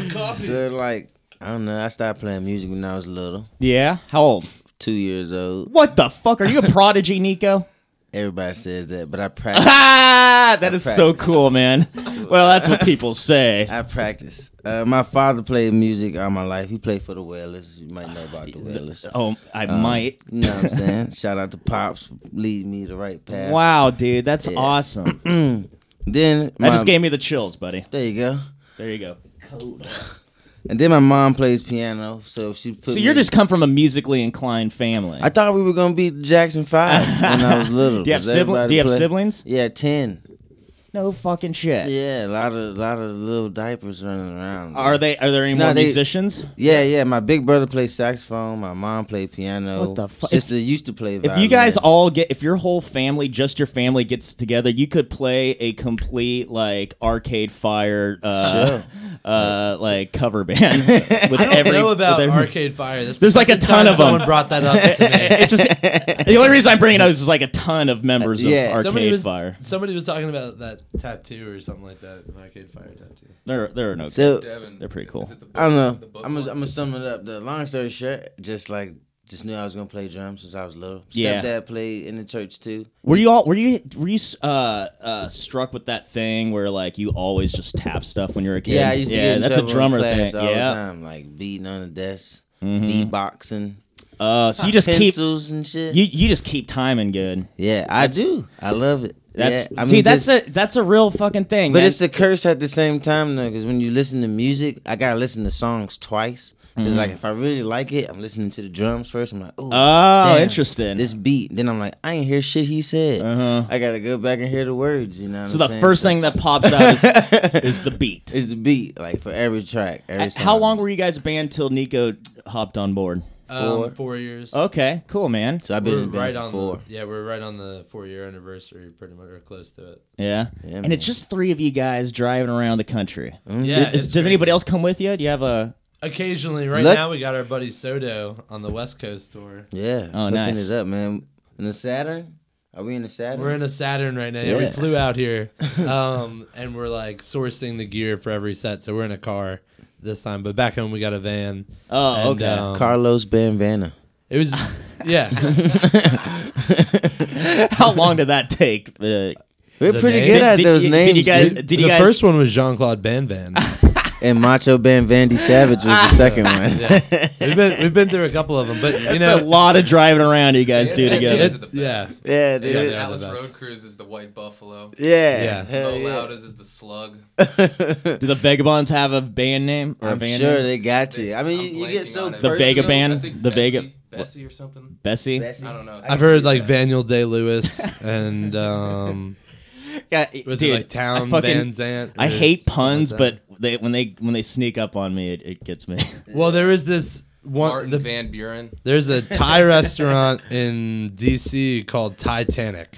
S4: Coffee.
S3: so like, I don't know. I started playing music when I was little,
S2: yeah, how old?
S3: two years old.
S2: What the fuck? Are you a prodigy, Nico? [laughs]
S3: Everybody says that, but I practice.
S2: Ah, that is so
S3: practice.
S2: cool, man. Well, that's what people say.
S3: I practice. Uh, my father played music all my life. He played for the Whalers. You might know about the Whalers.
S2: Oh, I might.
S3: You know what I'm saying? Shout out to Pops, lead me the right path.
S2: Wow, dude, that's [clears throat] awesome.
S3: Then my,
S2: That just gave me the chills, buddy.
S3: There you go.
S2: There you go.
S3: And then my mom plays piano, so she put.
S2: So
S3: me-
S2: you're just come from a musically inclined family.
S3: I thought we were gonna be the Jackson Five when I was
S2: [laughs]
S3: little.
S2: do you have,
S3: 'cause
S2: sibli-
S3: everybody
S2: do you have
S3: play-
S2: siblings?
S3: Yeah, ten.
S2: No fucking shit.
S3: Yeah, a lot of lot of little diapers running around.
S2: Are they? Are there any
S3: No,
S2: more
S3: they-
S2: musicians?
S3: Yeah, yeah. My big brother plays saxophone. My mom played piano.
S2: What the fu-
S3: Sister used to play.
S2: If you guys
S3: [laughs]
S2: all [laughs] get, if your whole family, just your family, gets together, you could play a complete like Arcade Fire, uh,
S3: Sure.
S2: [laughs] uh, like cover band
S3: [laughs]
S2: with
S1: I don't
S2: every.
S1: know about
S2: with every-
S1: Arcade Fire. That's
S2: There's
S1: the
S2: like a
S1: second
S2: ton
S1: time
S2: of 'em.
S1: Someone brought that up to me.
S2: [laughs] It just the only reason I'm bringing it up is there's like a ton of members
S3: Yeah.
S2: of
S1: somebody
S2: [laughs] Arcade
S1: was
S2: Fire.
S1: somebody was talking about that tattoo or something like that. An Arcade Fire tattoo.
S2: There, there are no.
S3: so
S4: Devin,
S2: They're pretty cool.
S4: is it the book-
S3: I don't
S4: the
S3: know.
S4: book
S3: I'm
S4: one?
S3: gonna I'm gonna sum it up. The long story short, just like just knew I was gonna play drums since I was little.
S2: Yeah.
S3: Stepdad played in the church too.
S2: were you all? Were you? Were you uh, uh, struck with that thing where like you always just tap stuff when you're a kid?
S3: Yeah, I used to get in
S2: that's
S3: trouble
S2: a drummer
S3: in class
S2: thing.
S3: all the
S2: Yeah.
S3: time, like beating on the desk,
S2: Mhm.
S3: beatboxing,
S2: Uh, so you just keep
S3: pencils and shit.
S2: you you just keep timing good.
S3: yeah, I do. I love it.
S2: That's
S3: yeah, I mean,
S2: see, that's
S3: just-
S2: a that's a real fucking thing.
S3: But
S2: man.
S3: it's a curse at the same time though, because when you listen to music, I gotta listen to songs twice. It's
S2: Mm-hmm.
S3: like if I really like it, I'm listening to the drums first. I'm like, oh,
S2: oh,
S3: damn,
S2: interesting.
S3: This beat. Then I'm like, I ain't hear shit he said.
S2: Uh-huh.
S3: I gotta go back and hear the words. You know. What
S2: so
S3: I'm
S2: the
S3: saying?
S2: first thing that pops out
S3: [laughs]
S2: is, is the beat.
S3: is the beat, like for every track. Every song.
S2: How long were you guys a band till Nico hopped on board?
S1: Um,
S3: Four.
S1: four years.
S2: Okay, cool, man.
S3: So I've been
S1: we're
S3: in the
S1: right
S3: band for
S1: on
S3: four.
S1: The, yeah, we're right on the four year anniversary, pretty much, or close to it.
S2: Yeah,
S3: Yeah,
S2: and
S3: man. Mm-hmm.
S2: it's just three of you guys driving around the country.
S1: Yeah,
S2: Is-
S1: it's
S2: does
S1: crazy.
S2: anybody else come with you? Do you have a?
S1: Occasionally, right
S3: Look-
S1: now we got our buddy Soto on the West Coast tour.
S3: Yeah.
S2: Oh,
S3: hooking
S2: nice.
S3: it up, man. In the Saturn? Are we in the Saturn?
S1: We're in a Saturn right now. Yeah, we
S3: Yeah.
S1: flew out
S2: [laughs]
S1: here, um, and we're like sourcing the gear for every set. So we're in a car this time, but back home we got a van.
S2: Oh,
S1: And,
S2: okay.
S1: um,
S3: Carlos Banvana.
S1: It was, yeah.
S2: [laughs] How long did that take? Uh,
S3: We're
S1: The
S3: pretty
S1: name?
S3: good
S1: Did-
S3: at
S2: did-
S3: those
S2: did you
S3: names.
S2: guys-
S3: dude.
S2: Did you
S1: the
S2: guys-
S1: first one was Jean Claude Van Van.
S3: And Macho Ban Vandy Savage
S1: [laughs]
S3: was the second one. [laughs]
S1: Yeah. we've been we've been through a couple of them, but you
S2: [laughs] it's
S1: know,
S2: a lot of driving around you guys
S1: [laughs]
S2: do together.
S1: it- yeah,
S3: Yeah, dude.
S1: Yeah,
S3: Yeah.
S1: they are the
S4: Atlas
S1: best.
S4: Road Crews is the White Buffalo.
S1: Yeah.
S3: hell
S4: Lo
S3: yeah.
S4: Laudas is the Slug.
S2: Do the Vagabonds have a band name? Or a
S3: [laughs] I'm
S2: band
S3: sure
S2: name?
S3: they got you. I mean,
S4: I'm
S3: you, you
S4: blanking
S3: get so
S4: on it.
S2: The
S3: personal.
S2: Vega Band?
S4: I think
S2: the
S4: Bessie,
S2: Vega-
S4: Bessie or something.
S2: Bessie.
S4: I don't know.
S1: I've heard like Vaniel Day Lewis
S2: [laughs]
S1: and um,
S2: Yeah,
S1: was
S2: dude,
S1: it like Town
S2: I
S1: Van
S2: fucking-
S1: Zant?
S2: I
S1: or something like
S2: hate puns,
S1: that.
S2: but they when they when they sneak up on me, it, it gets
S3: [laughs]
S2: me. [laughs]
S1: well, there is this one.
S4: Martin
S1: The,
S4: Van Buren.
S1: there's a [laughs] Thai restaurant in D.C. called Titanic,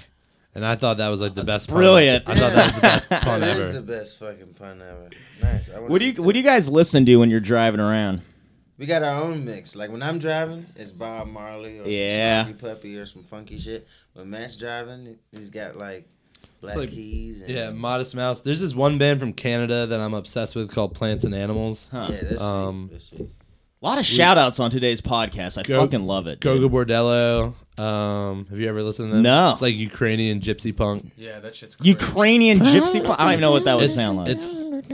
S1: and I thought that was like the best. pun.
S2: Brilliant.
S1: I thought that was the best
S2: [laughs]
S1: pun
S3: [laughs] That is the
S1: ever.
S3: best fucking pun ever. Nice. I
S2: what do you What do you guys listen to when you're driving around?
S3: We got our own mix. Like when I'm driving, it's Bob Marley or
S2: Yeah.
S3: some Snarky Puppy or some funky shit. When Matt's driving, he's got like Black
S1: like-
S3: Keys. And,
S1: Yeah, Modest Mouse. There's this one band from Canada that I'm obsessed with called Plants and Animals.
S2: Huh.
S3: yeah, that's
S1: Um,
S3: sweet. That's sweet.
S2: A lot of shout outs on today's podcast. I
S1: Go-
S2: fucking love it.
S1: Gogo
S2: dude.
S1: Bordello. Um, have you ever listened to them?
S2: No.
S1: It's like Ukrainian gypsy punk.
S4: Yeah, that shit's crazy.
S2: Ukrainian gypsy. pop- I don't even know what that would
S1: It's,
S2: sound like.
S1: it's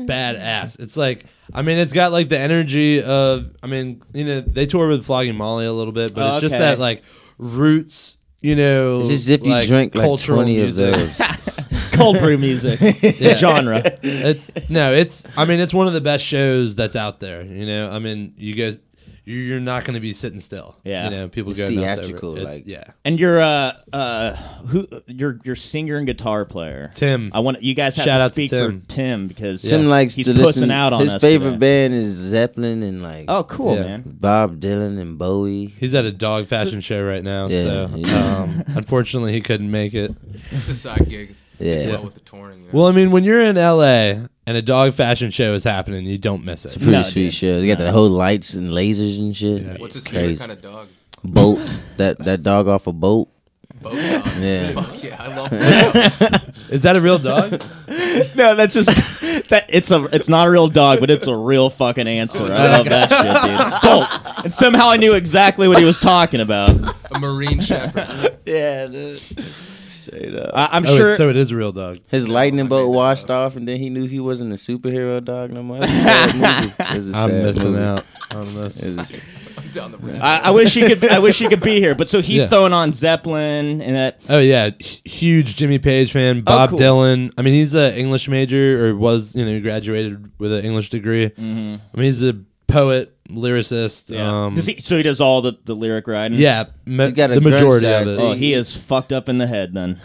S1: badass. It's like, I mean, it's got like the energy of, I mean, you know, they tour with Flogging Molly a little bit, but
S2: Oh,
S1: it's just
S2: okay.
S1: that like roots, you know.
S3: It's as if you drink like
S1: cultural
S3: twenty
S1: music.
S3: of those.
S2: [laughs] cold brew
S1: [laughs]
S2: music. It's
S1: Yeah.
S2: a genre.
S1: [laughs] it's no, it's. I mean, it's one of the best shows that's out there. You know, I mean, you guys, you- you're not going to be sitting still.
S2: Yeah.
S1: you know, people
S3: It's
S1: go nuts over it.
S3: theatrical,
S1: It's-
S3: like-
S1: yeah.
S2: And your uh uh who your your singer and guitar player
S1: Tim.
S2: I want you guys have
S1: Shout
S2: to
S1: out to
S2: speak
S1: Tim.
S2: for Tim because
S3: Tim likes
S2: he's
S3: to
S2: pussing
S3: listen.
S2: out on
S3: his
S2: us
S3: favorite
S2: today.
S3: band is Zeppelin and like
S2: Oh, cool,
S1: Yeah.
S2: man.
S3: Bob Dylan and Bowie.
S1: He's at a dog fashion show right now,
S3: Yeah,
S1: so
S3: yeah.
S1: um, unfortunately he couldn't make it.
S4: It's a side gig.
S3: Yeah.
S4: Well, with the touring. [laughs] You know?
S1: Well, I mean, when you're in LA and a dog fashion show is happening, you don't miss it.
S3: Pretty
S2: No,
S3: sweet
S2: dude.
S3: show. They got the whole lights and lasers and shit.
S4: What's his
S3: It's crazy.
S4: favorite kind of dog?
S3: Boat. That that dog off a boat.
S4: Boat dogs.
S3: [laughs] Yeah.
S4: Fuck [laughs] yeah, I love boat dogs.
S1: Is that a real
S2: [laughs]
S1: dog?
S2: No, that's just that it's a it's not a real dog, but it's a real fucking answer. I love that shit, dude. Bolt. And somehow I knew exactly what he was talking about.
S4: A
S1: [laughs]
S4: marine shepherd.
S3: Yeah, dude. Straight up.
S2: I, I'm
S1: Oh,
S2: sure.
S1: it, so it is a real dog.
S3: His
S4: I
S3: lightning
S4: made
S3: bolt
S4: that
S3: washed
S4: up.
S3: off, and then he knew he wasn't a superhero dog no more. It was a sad movie. It was a
S1: I'm
S3: sad
S1: missing
S3: movie.
S1: out on this.
S3: It was a-
S4: I'm down the rabbit.
S2: I, I wish he could. I wish he could be here. But so he's
S1: Yeah.
S2: throwing on Zeppelin and that.
S1: Oh yeah, H- huge Jimmy Page fan. Bob
S2: Oh, cool.
S1: Dylan. I mean, he's an English major or was you know he graduated with an English degree. I mean, he's a poet, lyricist. Um,
S2: Mm-hmm. Does he, so he does all the, the lyric writing.
S1: yeah, ma-
S3: He's got a
S1: the
S3: grunge
S1: majority of
S3: side,
S1: it.
S2: Oh, he is fucked up in the head then.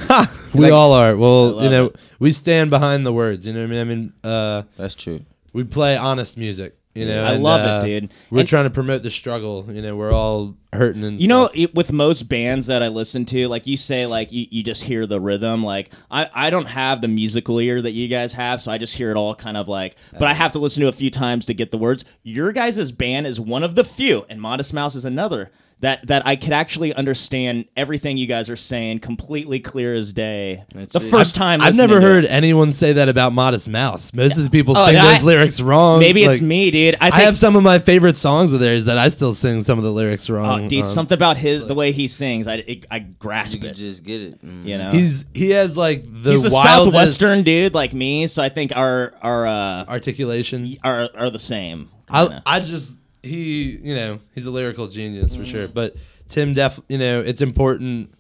S1: we
S3: Like-
S1: all are. Well,
S2: love
S1: you know, we stand behind the words. You know what I mean? I mean, uh,
S3: That's true.
S1: we play honest music. You know,
S2: I
S1: and,
S2: love
S1: uh,
S2: it, dude.
S1: We're
S2: And-
S1: trying to promote the struggle. You know, we're all hurting. And
S2: You know,
S1: stuff.
S2: it, with most bands that I listen to, like you say, like you, you just hear the rhythm. Like I, I don't have the musical ear that you guys have, so I just hear it all kind of like. But
S1: Uh-huh.
S2: I have to listen to it a few times to get the words. Your guys' band is one of the few, and Modest Mouse is another that that I could actually understand everything you guys are saying completely clear as day. the
S3: it.
S2: 1st time
S1: I've
S2: listening
S1: never
S2: to it.
S1: heard anyone say that about Modest Mouse. Most of the people
S2: Oh,
S1: sing
S2: I-
S1: those lyrics wrong.
S2: Maybe it's
S1: Like,
S2: me, dude. I, think,
S1: I have some of my favorite songs of theirs that I still sing some uh, of the lyrics wrong. um,
S2: Oh, dude,
S1: on.
S2: something about his the way he sings. I it, I grasp
S3: You
S2: it.
S3: just get it. Mm.
S2: You know,
S1: He's he has like the
S2: he's a
S1: wildest
S2: southwestern dude like me, so I think our our uh,
S1: articulation.
S2: are are the same.
S1: I
S2: kinda.
S1: I just he you know he's a lyrical genius for
S2: Mm.
S1: sure. But Tim def you know it's important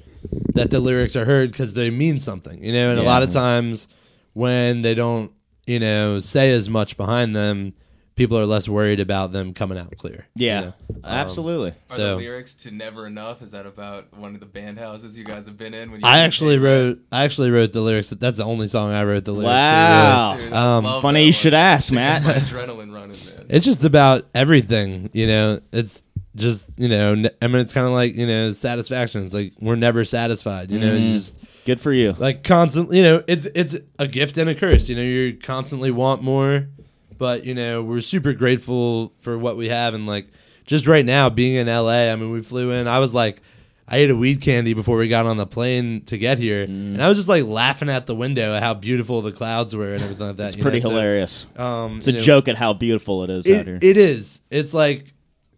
S1: that the lyrics are heard because they mean something. You know, and a
S2: Yeah.
S1: lot of times when they don't you know say as much behind them, people are less worried about them coming out clear. you
S2: yeah,
S1: know?
S2: absolutely.
S4: Are
S1: So-
S4: the lyrics to "Never Enough"? Is that about one of the band houses you guys have been in? When you
S1: I actually wrote I actually wrote the lyrics. That's the only song I wrote the lyrics. to, really.
S2: Wow,
S4: Dude, I
S1: Um,
S4: love
S2: funny
S4: that
S2: you
S4: one.
S1: [laughs]
S2: should ask,
S4: Gets my
S2: Matt.
S4: adrenaline running, man.
S1: It's just about everything, you know. It's just you know. N- I mean, it's kind of like you know, satisfaction. It's like we're never satisfied, you
S2: Mm.
S1: know. You just
S2: Good for you.
S1: like constantly, you know. It's it's a gift and a curse, you know. You constantly want more, but you know we're super grateful for what we have and like just right now being in LA. I mean, we flew in. I was like. I ate a weed candy before we got on the plane to get here,
S2: Mm.
S1: and I was just like laughing at the window at how beautiful the clouds were and everything like that.
S2: It's pretty hilarious.
S1: Um,
S2: it's a
S1: you know,
S2: joke at how beautiful it is out here.
S1: it, it is. It's like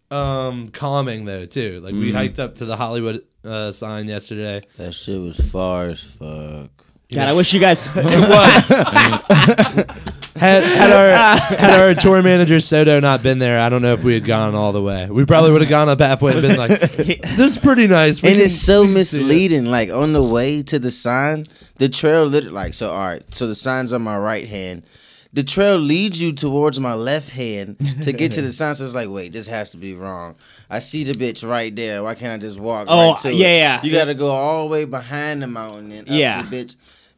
S1: um calming though too. Like
S3: Mm-hmm.
S1: we hiked up to the Hollywood uh, sign
S3: [laughs]
S1: yesterday.
S3: That shit was far as fuck.
S2: God, I wish
S1: [laughs]
S2: you guys. [laughs]
S1: Had, had our had our tour manager Soto not been there, I don't know if we had gone all the way. We probably would have gone up halfway and been like,
S3: [laughs]
S1: "This is pretty nice." We
S3: and
S1: can-
S3: it's
S2: [laughs]
S3: so
S1: we can see it."
S3: misleading. Like on the way to the sign, the trail lit like so. All right, so the sign's on my right hand. The trail leads you towards my left hand to get
S2: [laughs]
S3: to the sign. So it's like, wait, this has to be wrong. I see the bitch right there. Why can't I just walk?
S2: Oh,
S3: right to it?
S2: yeah, yeah.
S3: You got to go all the way behind the mountain and up
S2: Yeah.
S3: the bitch.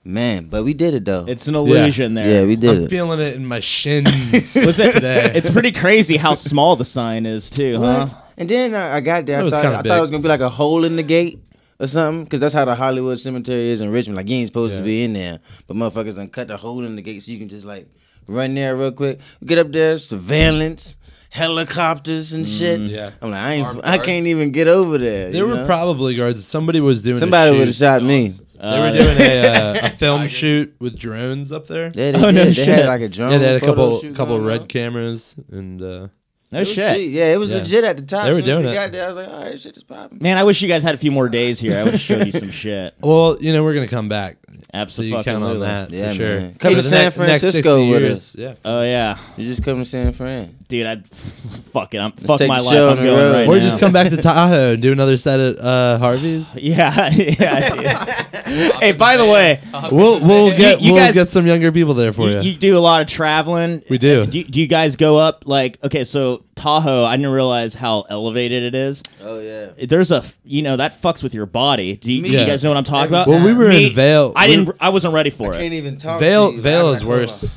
S3: Man, but we did it though.
S2: it's an illusion there.
S3: yeah, we did
S1: I'm
S3: it.
S1: feeling it in my
S3: [laughs]
S1: shins.
S2: Was it-
S1: today.
S2: It's pretty crazy how small the sign is too, huh?
S3: What? And then I, I got there.
S1: It
S3: I
S1: was
S3: thought,
S1: kinda
S3: I thought
S1: big.
S3: it was gonna be like a hole in the gate or something, because that's how the Hollywood Cemetery is in Richmond. Like you ain't supposed
S1: Yeah.
S3: to be in there, but motherfuckers done cut the hole in the gate so you can just like run there real quick. Get up there, surveillance, helicopters and shit.
S1: Mm, yeah.
S3: I'm like, I ain't,
S4: Armed
S3: I
S4: guards.
S3: can't even get over there.
S1: there
S3: you
S1: were
S3: know?
S1: probably guards. Somebody was doing a
S3: somebody
S1: shoot.
S3: would have shot me.
S1: They were
S2: Uh,
S1: doing
S3: [laughs]
S1: a, uh, a film
S4: Tigers.
S1: shoot with drones up there. [laughs]
S3: Yeah, they,
S2: Oh, no
S3: did. they
S2: shit.
S3: had like a drone.
S1: Yeah, they had a
S3: photo
S1: couple
S3: shoot
S1: couple
S3: going
S1: red
S3: on.
S1: cameras and uh,
S2: No
S3: It was
S2: shit.
S3: cheap. Yeah, it was
S1: Yeah.
S3: legit at the time.
S1: They were
S3: As soon as
S1: doing
S3: we
S1: it.
S3: got there, I was like, all right, shit is popping.
S2: Man, I wish you guys had a few more days here. I would show you some shit.
S1: Well, you know, we're gonna come back. [laughs] So
S2: Absolutely.
S1: you count on that
S3: Yeah,
S1: for sure.
S3: man. Come
S1: For
S3: to
S1: the
S3: San
S1: next- next 60
S3: Francisco with
S1: years.
S3: us.
S1: Yeah.
S2: Oh yeah,
S3: You just come to San Fran.
S2: dude. I [laughs] fuck it. I'm fuck
S3: take
S2: my
S3: the
S2: life.
S3: show
S2: I'm
S3: on the
S2: going
S3: road.
S2: right
S1: Or
S2: now.
S1: just come back to Tahoe and do another set at uh, Harvey's.
S2: [laughs] Yeah, yeah. dude. hey, by the way,
S1: We'll we'll get
S2: you
S1: we'll
S2: guys-
S1: get some younger people there for
S2: you,
S1: you.
S2: you do a lot of traveling.
S1: We do.
S2: Uh, do. Do you guys go up like okay? So Tahoe, I didn't realize how elevated it is.
S3: Oh yeah.
S2: There's a f- you know that fucks with your body. Do you, do you
S1: Yeah.
S2: guys know what I'm talking about?
S1: Well, we were
S2: Me-
S1: in Vail.
S2: I
S1: We-
S2: didn't. I wasn't ready for it,
S3: Can't e- even talk.
S1: Vail.
S3: to you.
S1: Vail
S3: I'm
S1: is
S3: like, hold
S1: worse.
S3: on.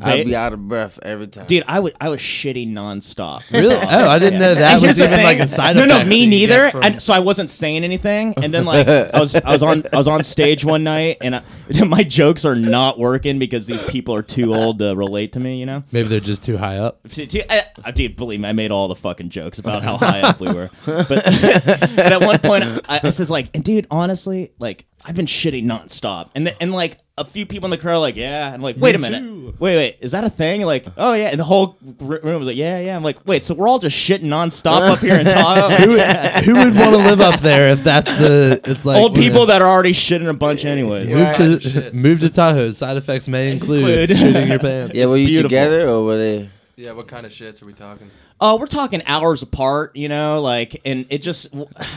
S3: I'd
S2: Va-
S3: be out of breath every time.
S2: dude. I was I was shitting nonstop.
S1: Really? Oh, I didn't know that
S2: And
S1: was
S2: [laughs] here's the
S1: even
S2: thing.
S1: like a side
S2: No,
S1: effect.
S2: no, me
S1: that you get
S2: neither.
S1: from-
S2: And so I wasn't saying anything. And then like I was, I was on, I was on stage one night, and I, [laughs] my jokes are not working because these people are too old to relate to me. You know,
S1: Maybe they're just too high up.
S2: I, I did believe me. I made all the fucking jokes about how high up we were. But, [laughs] but at one point, I, I says like, and dude, honestly, like I've been shitting nonstop, and the, and like. A few people in the crowd are like, yeah. I'm like, wait a minute.
S1: too.
S2: Wait, wait. Is that a thing? Like, oh, yeah. And the whole r- room was like, yeah, yeah. I'm like, wait, so we're all just shitting nonstop
S1: [laughs]
S2: up here in Tahoe?
S1: Who, [laughs] who would want to live up there if that's the? It's like
S2: old
S1: we're
S2: people that are already shitting a bunch anyways.
S3: Yeah.
S1: gonna Move to,
S4: Shit.
S1: [laughs] move to Tahoe. Side effects may include,
S2: [laughs] Include.
S1: shooting your pants.
S3: yeah, were you
S2: beautiful.
S3: together or were they?
S4: Yeah, what kind of shits are we talking?
S2: Oh, we're talking hours apart, you know, like, and it just,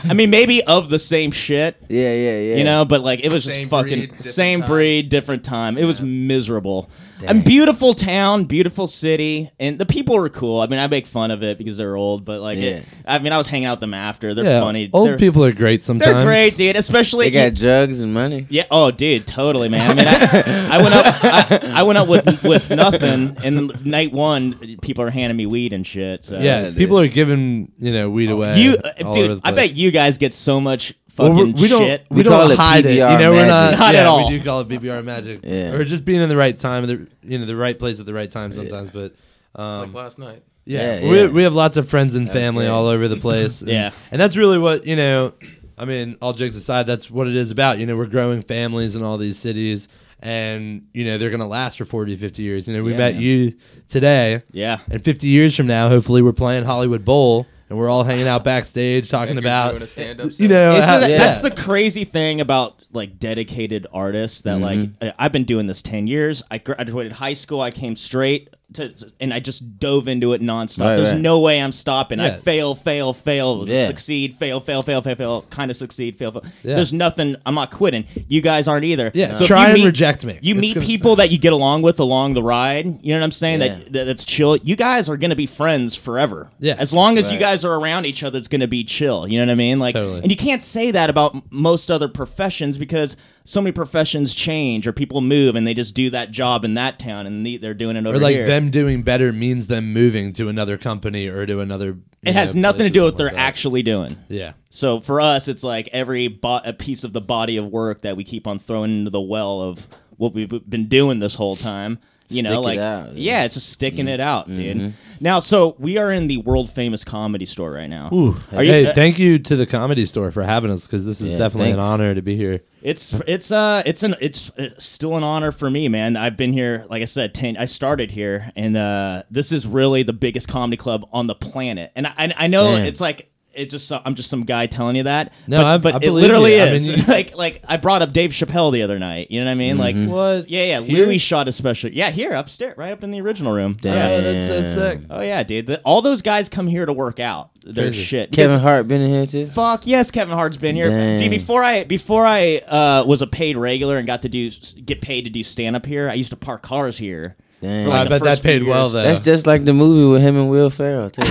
S2: I mean, maybe of the same shit,
S3: Yeah, yeah, yeah.
S2: you know, but like it was
S4: Same
S2: just fucking
S4: breed, different
S2: same
S4: time.
S2: breed, different time. It was miserable.
S3: Dang.
S2: A beautiful town, beautiful city, and the people were cool. I mean, I make fun of it because they're old, but like, it, I mean, I was hanging out with them after. They're
S1: Yeah,
S2: funny.
S1: old
S2: they're,
S1: people are great sometimes.
S2: They're great, dude. Especially
S3: they got drugs and money.
S2: Yeah. Oh, dude, totally, man. I mean,
S3: [laughs]
S2: I, I went up, I, I went up with with nothing, and then night one, people are handing me weed and shit. So.
S1: Yeah,
S3: Yeah,
S1: people are giving you know weed away.
S2: You,
S1: all
S2: uh,
S1: over
S2: dude,
S1: the
S2: I
S1: place.
S2: bet you guys get so much
S1: Well,
S2: fucking
S1: we're- we don't
S2: shit.
S1: we,
S3: We
S1: don't
S3: call it
S1: hide it. You
S3: PBR
S1: know, we're not
S3: magic.
S2: Not at
S1: yeah,
S2: all.
S1: We do call it BBR magic,
S3: Yeah.
S1: or just being in the right time, the you know the right place at the right time sometimes. But
S4: Like
S1: um,
S4: last night.
S1: yeah,
S3: Yeah,
S1: we
S3: yeah.
S1: we have lots of friends and
S3: That's
S1: family
S3: great.
S1: all over the [laughs] place. and-
S2: Yeah.
S1: and that's really what you know. I mean, all jokes aside, that's what it is about. You know, we're growing families in all these cities, and you know they're gonna last for 40, 50 years. You know, we
S2: Yeah,
S1: met
S2: man.
S1: you today.
S2: Yeah.
S1: And 50 years from now, hopefully, we're playing Hollywood Bowl and we're all hanging out backstage talking
S4: Edgar's
S1: about,
S4: doing a stand-up
S1: [laughs] you
S4: set.
S1: know,
S2: Isn't
S1: how-
S2: that-
S1: yeah.
S2: That's the crazy thing about like dedicated artists that
S1: Mm-hmm.
S2: like I- I've been doing this ten years. I graduated high school. I came straight to, and I just dove into it nonstop.
S3: Right,
S2: There's
S3: right.
S2: no way I'm stopping. I
S1: Yeah.
S2: fail, fail, fail,
S3: Yeah.
S2: succeed, fail, fail, fail, fail, fail, kind of succeed, fail, fail.
S1: Yeah.
S2: There's nothing. I'm not quitting. You guys aren't either.
S1: Yeah,
S2: if
S1: try
S2: you
S1: and reject me.
S2: You
S1: It's
S2: meet
S1: gonna-
S2: people that you get along with along the ride. You know what I'm saying? That, that that's chill. You guys are gonna be friends forever.
S1: Yeah.
S2: as long as you
S3: Right.
S2: guys are around each other, it's gonna be chill. You know what I mean? Like,
S1: Totally.
S2: and you can't say that about m- most other professions because so many professions change or people move and they just do that job in that town and the- they're doing it over
S1: or like
S2: here.
S1: them doing better means them moving to another company or to another. you
S2: it has
S1: know,
S2: nothing to
S1: place
S2: do
S1: or
S2: with what they're
S1: something like that.
S2: actually doing.
S1: Yeah.
S2: So for us, it's like every bo- a piece of the body of work that we keep on throwing into the well of what we've been doing this whole time. You know,
S3: Stick it
S2: like
S3: out,
S2: yeah.
S3: yeah. Mm-hmm.
S2: it's just
S1: Mm-hmm.
S2: sticking it out, dude. Now, so we are in the world famous comedy store right now. Are you-
S1: hey,
S2: uh,
S1: thank you to the comedy store for having us because this is
S3: Yeah,
S1: definitely an
S3: thanks.
S1: honor to be here.
S2: It's it's uh it's an it's, it's still an honor for me, man. I've been here, like I said, ten. I started here, and uh, this is really the biggest comedy club on the planet. And I I, I know
S3: Damn.
S2: it's like it's just so- I'm just some guy telling you that.
S1: No,
S2: but,
S1: I-
S2: but
S1: I
S2: it
S1: believe
S2: literally
S1: you. I
S2: is.
S1: mean, you-
S2: [laughs] like like I brought up Dave Chappelle the other night. You know what I mean? Like
S1: What?
S2: Yeah, yeah.
S1: Mm-hmm. Here?
S2: Louis shot a special. Yeah, here upstairs, right up in the original room.
S3: Damn.
S2: Yeah.
S1: Oh, that's so sick.
S2: Oh yeah, dude. The, all those guys come here to work out their
S1: Crazy.
S2: shit.
S3: Kevin Hart been in here too.
S2: Fuck yes, Kevin Hart's been here.
S3: Dang.
S2: Dude, before I before I uh, was a paid regular and got to do get paid to do stand up here, I used to park cars here.
S3: Dang.
S2: For,
S1: I
S2: the
S1: bet that
S2: first
S1: paid
S2: few
S1: well
S2: years.
S1: though.
S3: That's just like the movie with him and Will Ferrell
S2: [laughs]
S3: too.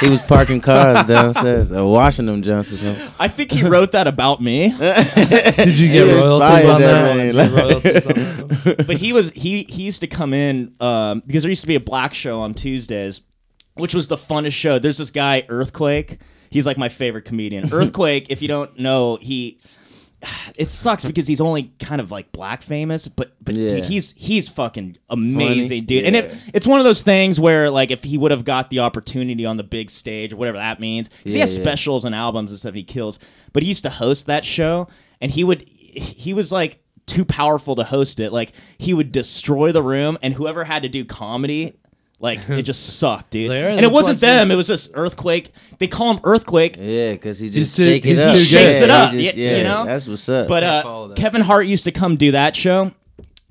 S3: he was parking cars downstairs, or washing them jumps or something.
S2: I think he wrote that about me,
S1: Did you get
S3: He
S1: royalties
S3: inspired
S1: on that?
S3: that
S1: Did you
S3: man.
S1: get royalties on that?
S2: [laughs] but he was he he used to come in um, because there used to be a black show on Tuesdays, which was the funnest show. There's this guy Earthquake. He's like my favorite [laughs] comedian. Earthquake, if you don't know, he [sighs] it sucks because he's only kind of like black famous, but but
S3: Yeah.
S2: dude, he's he's fucking amazing,
S3: Funny.
S2: dude. And it, it's one of those things where like if he would have got the opportunity on the big stage or whatever that means, 'cause he
S3: Yeah,
S2: has
S3: yeah.
S2: specials and albums and stuff he kills. But he used to host that show, and he would he was like too powerful to host it. Like he would destroy the room, and whoever had to do comedy. Like
S1: [laughs]
S2: it just sucked, dude.
S1: like, all right,
S2: and it
S1: let's
S2: wasn't
S1: watch this.
S2: them. It was just earthquake. They call him earthquake.
S3: Yeah, because he
S1: He's
S3: just
S1: too-
S3: shake it
S1: he's
S3: up.
S1: too
S3: Yeah,
S1: good. Shakes it
S3: he
S2: up,
S3: just-
S2: y- you know?
S3: that's what's up.
S2: But
S4: Can't
S2: uh,
S4: follow that.
S2: Kevin Hart used to come do that show,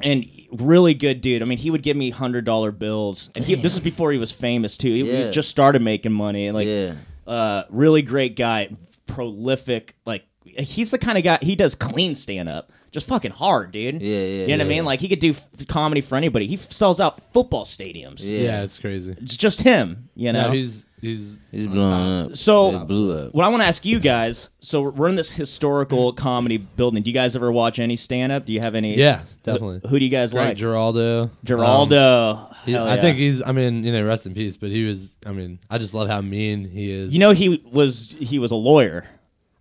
S2: and really good dude. I mean, he would give me hundred dollar bills, and he, this is before he was famous too. He, he
S3: Yeah.
S2: just started making money, and like,
S3: Yeah.
S2: uh, really great guy, prolific. Like, he's the kind of guy he does clean stand up, just fucking hard, dude.
S3: Yeah, yeah,
S2: You know what I
S3: yeah.
S2: mean? Like, he could do f- comedy for anybody. He f- sells out football stadiums.
S3: yeah,
S1: Yeah, it's crazy.
S2: It's just him. You know,
S1: No, he's he's
S3: he's blowing up.
S2: So-
S3: it blew up.
S2: What I want to ask you guys, so we're- we're in this historical comedy building. Do you guys ever watch any stand up? Do you have any?
S1: yeah, definitely.
S2: Who do you guys
S1: Greg
S2: like?
S1: Giraldo. Um,
S2: Geraldo.
S1: he-
S2: Hell
S1: I
S2: yeah.
S1: think he's. I mean, you know, rest in peace. But he was. I mean, I just love how mean he is.
S2: you know he was he was a lawyer.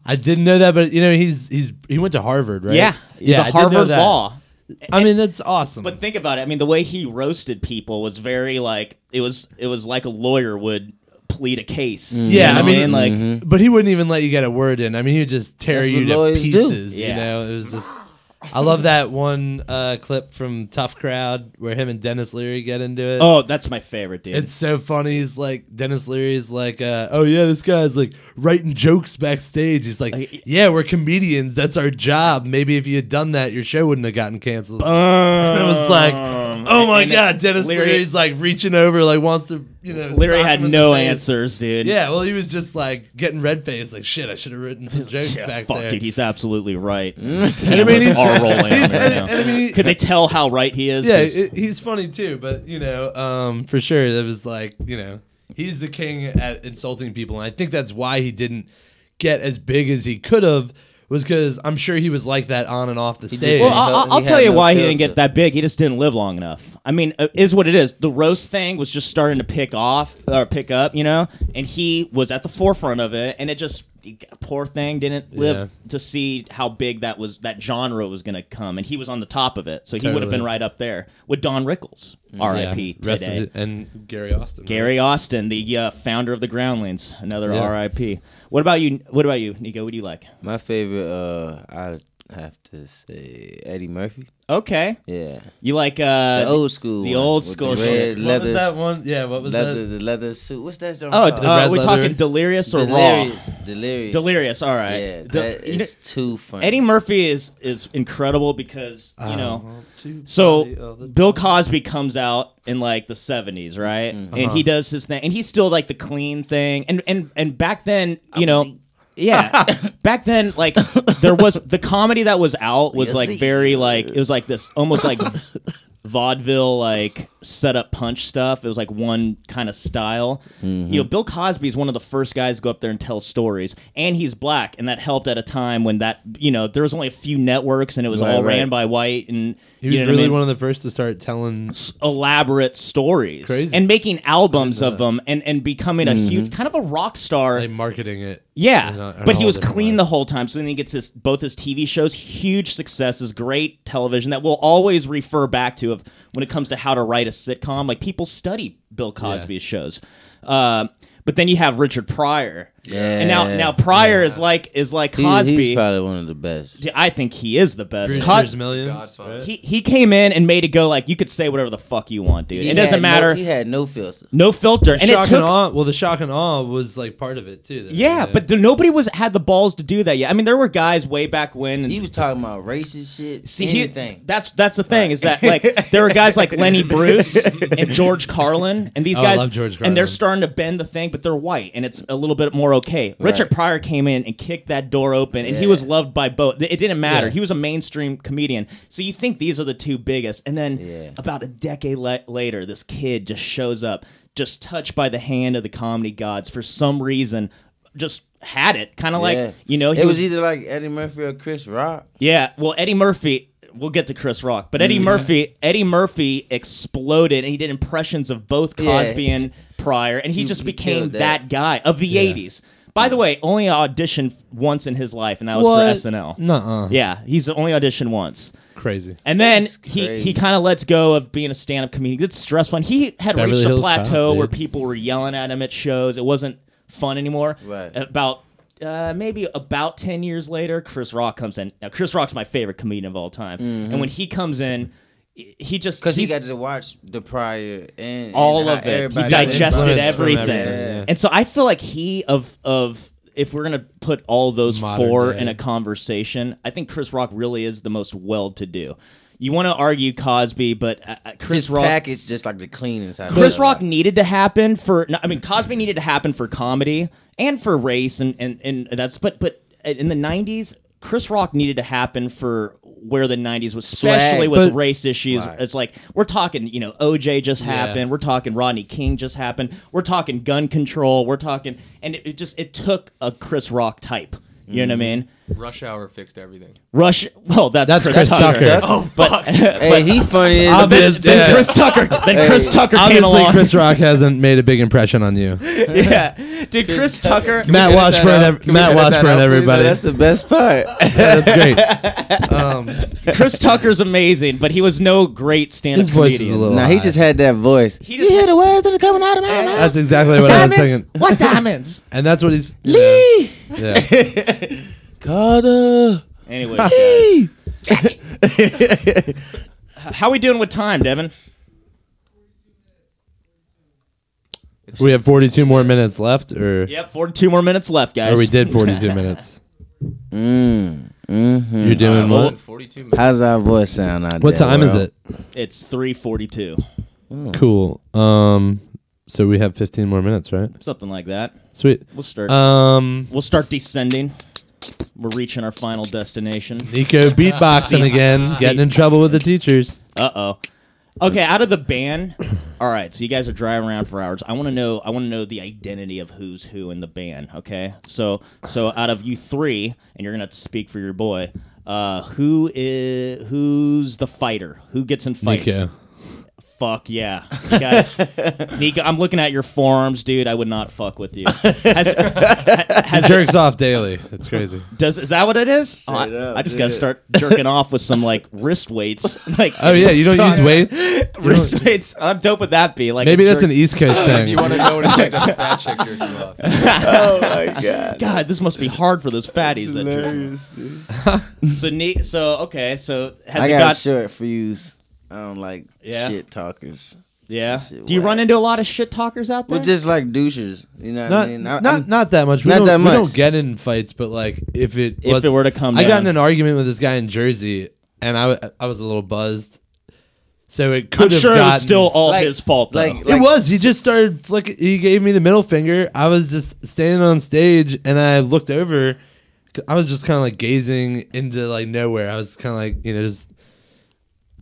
S1: I didn't know that, but you know, he's he's he went to Harvard, right?
S2: Yeah, he's
S1: yeah,
S2: a
S1: I did know
S2: Harvard
S1: that.
S2: law.
S1: I mean, that's awesome.
S2: But think about it. I mean, the way he roasted people was very like it was it was like a lawyer would plead a case. You
S1: Mm. Yeah,
S2: know
S1: I
S2: what
S1: mean, mm-hmm.
S2: like
S1: but he wouldn't even let you get a word in. I mean, he would just tear
S3: That's
S1: you
S3: what
S1: to
S3: lawyers do.
S1: pieces. You
S2: Yeah.
S1: know, it was just. I love that one uh, clip from Tough Crowd where him and Dennis Leary get into it.
S2: oh, that's my favorite dude. [laughs]
S1: It's so funny. He's like Dennis Leary's like, uh, oh yeah, this guy's like writing jokes backstage. He's like,
S2: Like-
S1: yeah, we're comedians. That's our job. Maybe if you had done that, your show wouldn't have gotten canceled. it was like, oh my
S2: Um, And- and
S1: god, Dennis
S2: Leary-
S1: Leary's like reaching over, like wants to, you know.
S2: Leary
S1: sock
S2: had
S1: him in the
S2: no
S1: face.
S2: answers, dude.
S1: Yeah, well, he was just like getting red faced, like shit. I should have written some jokes
S2: [laughs] Yeah,
S1: back
S2: fuck,
S1: there. Mm.
S2: dude, he's absolutely right. [laughs]
S1: I mean, [laughs] he's-
S2: Cameras are rolling. on
S1: he's-
S2: him right
S1: [laughs] and-
S2: now.
S1: and I mean-
S2: Could they tell how right he is?
S1: yeah,
S2: 'Cause-
S1: it, he's funny too, but you know, um, for sure, that was like you know, he's the king at insulting people, and I think that's why he didn't get as big as he could have. Was because I'm sure he was like that on and off the
S3: just-
S1: stage.
S2: Well,
S3: He
S2: I'll,
S3: felt-
S2: I'll
S3: he
S2: tell
S3: had
S2: you
S3: no
S2: why he didn't
S3: filter.
S2: get that big. He just didn't live long enough. I mean, uh, is what it is. The roast thing was just starting to pick off or pick up, you know, and he was at the forefront of it, and it just poor thing didn't live
S1: Yeah.
S2: to see how big that was that genre was going to come, and he was on the top of it, so he would have
S1: Totally.
S2: been right up there with Don Rickles,
S3: Mm,
S2: R.I.P.
S1: Yeah, rest in
S2: today.
S1: peace. and Gary Austin.
S2: Gary Austin, the uh, founder of the Groundlings, another
S1: Yeah.
S2: R.I.P. What about you? What about you, Nico? What do you like?
S3: My favorite, uh, I have to say Eddie Murphy.
S2: Okay,
S3: Yeah,
S2: you like uh,
S3: the old school,
S2: the
S3: one
S2: old
S3: with the
S2: school
S1: Right?
S2: shit.
S3: red
S1: What
S3: leather,
S1: was that one? Yeah, what was
S3: leather,
S1: that?
S3: the leather suit. What's that? genre
S2: Oh,
S3: called?
S1: The
S2: uh,
S1: red
S2: we're
S1: leather.
S2: talking delirious or
S3: delirious,
S2: raw.
S3: delirious,
S2: Delirious. All right.
S3: Yeah,
S2: Del-
S3: that
S2: you know,
S3: is too funny.
S2: Eddie Murphy is is incredible because you know.
S1: Oh, two body
S2: So
S1: of the-
S2: Bill Cosby comes out in like the seventies, right? And he does his thing, and he's still like the clean thing, and and and back then, you know. Yeah, back then, like there was the comedy that was out was
S3: Yes,
S2: like
S3: he-
S2: very like it was like this almost like vaudeville like setup punch stuff. It was like one kind of style. You know, Bill Cosby is one of the first guys to go up there and tell stories, and he's black, and that helped at a time when that you know there was only a few networks and it was
S3: Right,
S2: all ran
S3: right.
S2: by white and
S1: he was
S2: you know
S1: really
S2: what I mean?
S1: one of the first to start telling.
S2: s- elaborate stories
S1: Crazy.
S2: and making albums of them and, and becoming
S1: Mm-hmm.
S2: a huge kind of a rock star.
S1: Like marketing it,
S2: yeah,
S1: in a- in a
S2: but he
S1: whole
S2: was
S1: different
S2: clean
S1: way.
S2: the whole time. So then he gets his both his TV shows, huge successes, great television that we'll always refer back to of when it comes to how to write a sitcom. Like people study Bill Cosby's shows, uh, but then you have Richard Pryor, and now
S3: Yeah,
S2: now Pryor is like is like
S3: He-
S2: Cosby.
S3: he's probably one of the best.
S2: I think he is the best.
S1: Brewster's
S2: Cos-
S1: Millions.
S4: Godfather.
S1: right?
S2: he he came in and made it go like you could say whatever the fuck you want, dude.
S3: He
S2: it doesn't
S3: had no-
S2: matter.
S3: he had no filter.
S2: No filter, and
S1: shock
S2: it took.
S1: and awe. Well, the shock and awe was like part of it too. though,
S2: Yeah,
S1: you know?
S2: but th- nobody was had the balls to do that yet. I mean, there were guys way back when. And,
S3: He was talking about racist shit.
S2: see, he-
S3: anything.
S2: that's that's the thing is that like there were guys like
S3: [laughs]
S2: Lenny Bruce and George Carlin, and these
S1: Oh, I
S2: guys,
S1: love George
S2: and they're
S1: Carlin.
S2: starting to bend the thing, but they're white, and it's a little bit more okay. Richard Pryor came in and kicked that door open, and he
S3: Yeah.
S2: was loved by both. It didn't matter.
S1: Yeah.
S2: He was a mainstream comedian. So you think these are the two biggest, and then
S3: Yeah.
S2: about a decade la- later, this kid just shows up, just touched by the hand of the comedy gods for some reason. Just had it, kind of
S3: Yeah.
S2: like you know, he
S3: it was,
S2: was
S3: either like Eddie Murphy or Chris Rock.
S2: yeah, well, Eddie Murphy. We'll get to Chris Rock, but
S3: Mm-hmm.
S2: Eddie Murphy, Eddie Murphy exploded, and he did impressions of both
S3: Yeah.
S2: Cosby and Pryor, and he,
S3: He-
S2: just
S3: he
S2: became
S3: killed
S2: that.
S3: that.
S2: guy of the '80s. By the way, only auditioned once in his life, and that was
S1: What?
S2: for SNL.
S1: Nuh-uh.
S2: Yeah, he's the only auditioned once,
S1: crazy.
S2: and then
S3: That's
S2: he
S3: crazy.
S2: he kind of lets go of being a stand-up comedian. It's stressful. And he had
S1: Beverly
S2: reached a
S1: Hills
S2: plateau
S1: Cop,
S2: where
S1: dude.
S2: people were yelling at him at shows. It wasn't fun anymore.
S3: Right.
S2: About uh, maybe about ten years later, Chris Rock comes in. Now, Chris Rock's my favorite comedian of all time, and when he comes in, he just
S3: Because Mm-hmm. he
S2: he's-
S3: got to watch the prior and
S2: all
S3: and
S2: of
S3: how
S2: it. He
S3: everybody-
S2: digested
S1: Influence from
S2: everything.
S1: everything, yeah.
S2: And so I feel like he of of if we're gonna put all those
S1: Modern
S2: four
S1: day.
S2: in a conversation, I think Chris Rock really is the most well-to-do. You want to argue Cosby, but uh, uh, Chris
S3: His
S2: Rock.
S3: package just like the clean inside. of
S2: Chris
S3: it.
S2: Rock needed to happen for. no, I mean, Cosby needed to happen for comedy and for race, and and and that's. But but in the '90s, Chris Rock needed to happen for where the '90s was, especially
S3: Swag.
S2: with
S1: But-
S2: race issues.
S3: Right.
S2: It's like we're talking, you know, OJ just happened. We're talking Rodney King just happened. We're talking gun control. We're talking, and it, it just it took a Chris Rock type. You know what I mean?
S4: Rush Hour fixed everything.
S2: Rush. Well, that's,
S1: Mm-hmm. That's
S2: Chris,
S1: Chris
S2: Tucker.
S1: Tucker.
S2: Oh, [laughs] but, but
S3: Hey, he funny. as a
S2: [laughs]
S1: Obvious. is
S2: then, then
S1: dead.
S2: Chris Tucker. Then Chris Tucker came
S1: Obviously,
S2: along.
S1: Chris Rock hasn't made a big impression on you.
S2: [laughs] yeah, dude. [laughs] Chris Tucker.
S1: Matt
S4: edit that
S1: Washburn,
S4: out?
S1: ev-
S4: Can we
S1: Matt
S4: edit that
S1: Washburn,
S4: out, please?
S1: everybody.
S3: That's the
S2: [laughs]
S3: best part.
S1: Yeah, [laughs] that's great. [laughs] Um,
S2: Chris Tucker's amazing, but he was no great stand-up
S1: His voice is a
S2: comedian.
S1: little-
S3: nah, he just had that voice.
S2: He just-
S3: you hear the words that are coming out of my mouth.
S1: that's exactly what I was thinking.
S3: What diamonds?
S1: [laughs] And that's what he's.
S3: Lee.
S1: Yeah. yeah.
S3: Carter.
S2: Anyway, guys.
S3: Lee.
S2: [laughs] how we doing with time, Devin?
S1: We have 42 more minutes left, [laughs] or,
S2: Yep, forty-two more minutes left, guys.
S1: or we did [laughs] 42 minutes.
S3: Mm, mhm.
S1: You're doing
S2: well,
S1: what?
S4: 42 minutes.
S3: How's our voice sound out
S1: What
S3: there,
S1: time is
S3: world?
S1: it?
S2: It's three forty-two,
S1: Cool. Um, so we have 15 more minutes, right?
S2: something like that.
S1: Sweet.
S2: We'll start.
S1: Um,
S2: we'll start descending. We're reaching our final destination.
S1: [laughs] Nico beatboxing again, getting in trouble with the teachers.
S2: Uh oh. Okay, out of the band. [clears throat] All right, so you guys are driving around for hours. I want to know. I want to know the identity of who's who in the band. Okay, so so out of you three, and you're gonna have to speak for your boy. Uh, who is who's the fighter? Who gets in fights?
S1: Nico.
S2: Fuck yeah, You got
S1: [laughs]
S2: it. Nico. I'm looking at your forearms, dude. I would not fuck with you. Has-
S1: He [laughs] jerks off daily. It's crazy.
S2: does is that what it is? Oh, I,
S3: Straight up,
S2: I just gotta
S3: dude.
S2: start jerking off with some like wrist weights. [laughs] Like
S1: [laughs] Oh, yeah. You don't [laughs] use weights? You
S2: [laughs] wrist
S1: don't-
S2: weights. How dope would that be? Like
S1: Maybe
S2: a
S1: that's
S2: jerk-
S1: an East [laughs] Coast
S4: If you
S1: thing.
S4: want to know what it's like, that's a fat chick jerking you off.
S3: Oh my [laughs] god.
S2: God, this must be hard for those fatties. That drink. so neat. So okay. So has
S3: I
S2: it
S3: got,
S2: got?
S3: a short fuse. I don't like
S2: Yeah.
S3: shit talkers.
S2: yeah.
S3: shit
S2: Do you
S3: whack.
S2: run into a lot of shit talkers out there?
S3: We're just like douchers. You know what I
S1: Not,
S3: mean? I,
S1: not,
S3: I'm-
S1: not that much. We
S3: Not
S1: don't,
S3: that
S1: We
S3: much.
S1: don't get in fights, but like if it
S2: If
S1: was,
S2: it were to come
S1: I got
S2: down.
S1: in an argument with this guy in Jersey, and I, w- I was a little buzzed. So it could
S2: I'm
S1: have
S2: sure it
S1: gotten,
S2: was still all
S3: Like-
S2: his fault. Though.
S3: like-
S1: it was. He just started flicking. He gave me the middle finger. I was just standing on stage, and I looked over. I was just kind of like gazing into like nowhere. I was kind of like you know just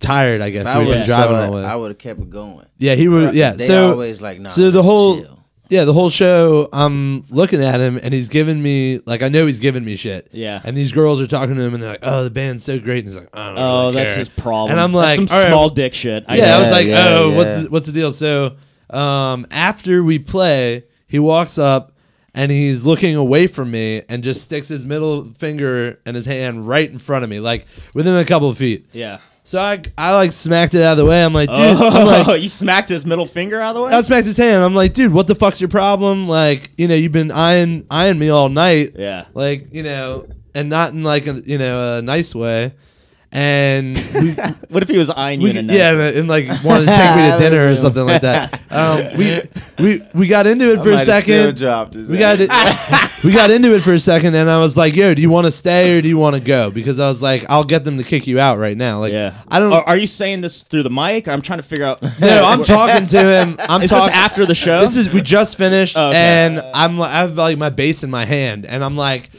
S1: tired. I guess
S3: if I
S1: we were
S3: would have
S1: driving
S3: saw
S1: all the
S3: it,
S1: way.
S3: I would have kept it going.
S1: yeah, he would. Yeah,
S3: They
S1: so
S3: always like nah.
S1: so the
S3: let's
S1: whole
S3: chill.
S1: yeah the whole show i'm looking at him and he's giving me like i know he's giving me shit
S2: Yeah.
S1: and these girls are talking to him and they're like oh the band's so great and he's like i don't
S2: oh,
S1: really
S2: that's
S1: care."
S2: his problem.
S1: and i'm
S2: That's
S1: like
S2: some
S1: "All right,
S2: small dick shit. I
S1: yeah, I was
S2: guess.
S1: like,
S3: yeah,
S1: oh,
S3: yeah.
S1: what's what's the deal? So, um, after we play, he walks up and he's looking away from me and just sticks his middle finger and his hand right in front of me, like within a couple of feet.
S2: yeah.
S1: So I, I like smacked it out of the way. I'm like, dude,
S2: [laughs]
S1: I'm like,
S2: Oh, you smacked his middle finger out of the way.
S1: I smacked his hand. I'm like, dude, what the fuck's your problem? Like, you know, you've been eyeing eyeing me all night.
S2: Yeah.
S1: Like, you know, and not in like a you know a nice way.
S2: [laughs]
S1: And we,
S2: what if he was eyeing you
S1: we-
S2: in a nut?
S1: yeah, and, and, like wanted to take
S2: [laughs]
S1: me to dinner or something like that. Um, we we we got into it for a
S3: Might have still
S1: second.
S3: dropped his
S1: We got
S3: ass.
S1: it. [laughs] we got into it for a second, and I was like, "Yo, do you want to stay or do you want to go?" Because I was like, "I'll get them to kick you out right now." Like,
S2: Yeah.
S1: I don't.
S2: Are, are you saying this through the mic? I'm trying to figure out.
S1: no,
S2: [laughs]
S1: I'm talking to him. I'm
S2: Is this
S1: talking
S2: after the show? Oh,
S1: this is we just finished
S2: Okay.
S1: and I'm li- I have like my bass in my hand and I'm like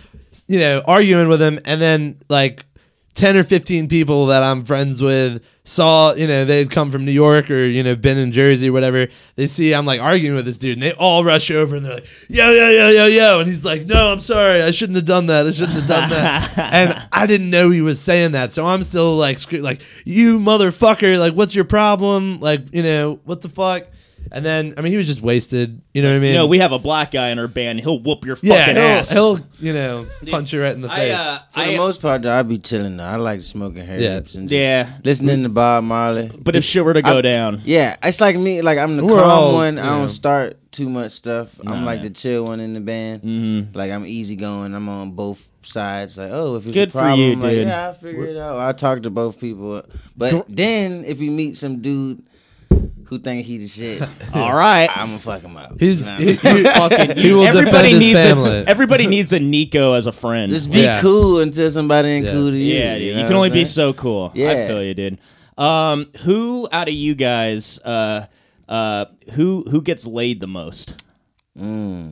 S1: you know arguing with him and then like 10 or 15 people that I'm friends with saw you know they had come from New York or you know been in Jersey or whatever they see I'm like arguing with this dude and they all rush over and they're like yo yo yo yo yo and he's like no I'm sorry I shouldn't have done that I shouldn't have done that
S2: [laughs]
S1: and I didn't know he was saying that so I'm still like scre- like you motherfucker like what's your problem like you know what the fuck And then, I mean, he was just wasted. You know what I mean?
S2: no, we have a black guy in our band. He'll whoop your
S1: yeah,
S2: fucking
S1: he'll,
S2: ass.
S1: he'll you know punch you right in the
S2: I,
S1: face.
S2: uh, [laughs]
S3: For the
S2: I-
S3: most part, though, I be chilling. Though. I like smoking herbs and just
S2: Yeah.
S3: listening to Bob Marley.
S2: but if shit were to go
S3: I-
S2: down,
S3: Yeah, it's like me. Like I'm the
S1: We're
S3: calm
S1: all,
S3: one. I
S1: you know.
S3: don't start too much stuff. I'm
S2: Nah,
S3: like
S2: man.
S3: the chill one in the band. Mm-hmm. Like I'm easygoing. I'm on both sides. Like oh, if it's
S2: Good
S3: a
S2: for you,
S3: problem, like,
S2: dude.
S3: yeah, I figure it out. I talk to both people. But then if you meet some dude who think he the shit,
S2: all right.
S3: I'ma fuck him up.
S1: He's,
S3: You know what I'm
S1: he,
S3: saying?
S1: he, fucking, he will defend
S2: everybody
S1: his
S2: needs
S1: family.
S2: a [laughs] everybody needs a Nico as a friend.
S3: just be
S1: Yeah.
S3: cool until somebody ain't
S1: Yeah.
S3: cool to you.
S2: yeah, dude, you,
S3: know
S2: can only
S3: what I'm
S2: be
S3: saying?
S2: so cool. I
S3: Yeah.
S2: feel you, dude. Um, who out of you guys, uh, uh, who who gets laid the most?
S3: Mm.
S2: [laughs]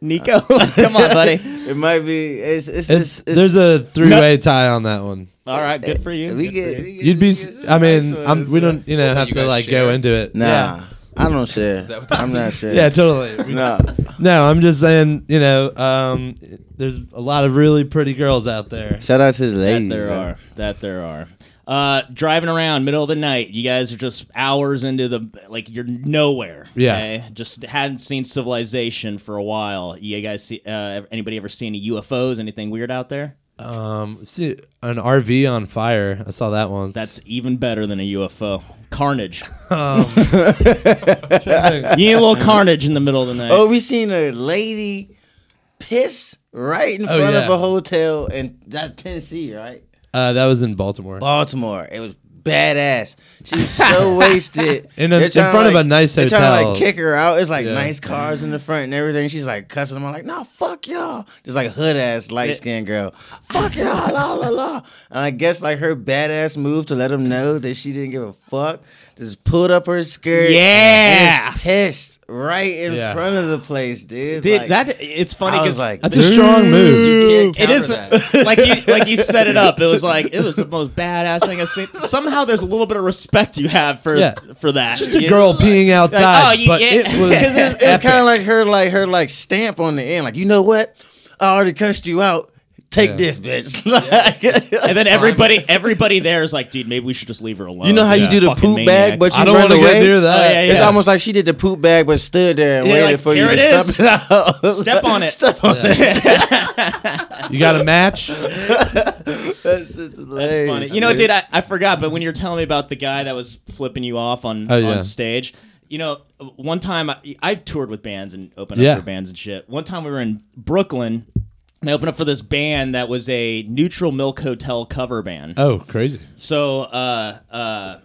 S2: Nico, [laughs] come
S3: [laughs]
S2: on, buddy.
S3: It might be. It's it's,
S1: It's,
S3: it's, it's
S1: there's a three way tie on that one.
S2: All right, good for you.
S3: we
S2: Good
S3: get,
S2: for you.
S3: we get-
S1: You'd
S3: we
S1: be.
S3: get-
S1: I
S3: nice
S1: mean,
S3: one.
S1: I'm, we don't. You know,
S4: That's
S1: have
S4: what
S1: to
S4: you
S1: like
S4: guys
S1: go
S4: share.
S1: into it.
S3: Nah,
S1: Yeah.
S3: I don't share.
S4: that what-
S3: I'm not sure.
S1: Yeah, totally.
S2: [laughs]
S1: We-
S3: No.
S1: No, I'm just saying. You know, um, there's a lot of really pretty girls out there.
S3: [laughs] Shout out to the
S2: That
S3: ladies.
S2: there
S3: bro.
S2: are. That there are. Uh, driving around middle of the night, you guys are just hours into the like you're nowhere.
S1: Yeah.
S2: okay? just hadn't seen civilization for a while. You guys see uh, anybody ever see any UFOs? Anything weird out there?
S1: Um, see an RV on fire. I saw that once.
S2: That's even better than a UFO. [laughs] Carnage. Um,
S1: That's
S2: You need a little carnage in the middle of the night.
S3: Oh, we seen a lady piss right in
S1: Oh,
S3: front of
S1: yeah.
S3: a hotel, and that's Tennessee, right?
S1: uh, that was in Baltimore.
S3: Baltimore. It was badass. She was
S1: [laughs]
S3: so wasted.
S1: In a-
S3: They're
S1: in
S3: trying to,
S1: front of
S3: like-
S1: a nice
S3: they're Trying to
S1: hotel.
S3: like kick her out. It's like
S1: Yeah.
S3: nice cars in the front and everything. She's like cussing them out, like, "No, fuck y'all." Just like hood ass light skinned girl. Fuck y'all, la la la. And I guess like her badass move to let them know that she didn't give a fuck. Just pulled up her skirt.
S2: Yeah.
S3: and just pissed right in
S1: Yeah.
S3: front of the place, dude.
S2: Dude,
S3: Like,
S2: that it's funny
S3: I was
S2: because
S3: like,
S1: That's a strong move.
S4: You can't
S2: it
S4: counter
S2: is
S4: that.
S2: [laughs] like you like you set it up. It was like it was the most badass thing I've seen. Somehow there's a little bit of respect you have for
S1: Yeah.
S2: for that. Just
S1: The girl peeing outside,
S2: oh, you-
S1: but [laughs]
S2: yeah.
S1: it was.
S3: Because it's, it's kind of like her, like her, like stamp on the end. Like you know what? I already cussed you out. Take
S1: Yeah.
S3: this, bitch. [laughs] Like,
S2: And then everybody everybody there is like, dude, maybe we should just leave her alone.
S3: you know how you do the
S2: Fucking
S3: poop
S2: maniac.
S3: bag, but you
S1: I don't
S3: run
S1: want to
S3: away.
S1: go near
S2: Oh, yeah,
S1: that.
S2: yeah.
S3: [laughs] It's almost like she did the poop bag, but stood there and
S2: Yeah,
S3: waited
S2: like,
S3: for
S2: here
S3: you to
S2: it is.
S3: step it out.
S2: [laughs] Step on it.
S3: [laughs] Step on it.
S1: You got a [laughs] match?
S3: That's
S2: That's funny. You know, dude, I, I forgot, but when you were telling me about the guy that was flipping you off on,
S1: Oh, yeah.
S2: on stage, you know, one time I, I toured with bands and opened
S1: Yeah.
S2: up for bands and shit. One time we were in Brooklyn and I opened up for this band that was a Neutral Milk Hotel cover band.
S1: Oh, crazy.
S2: So uh, uh,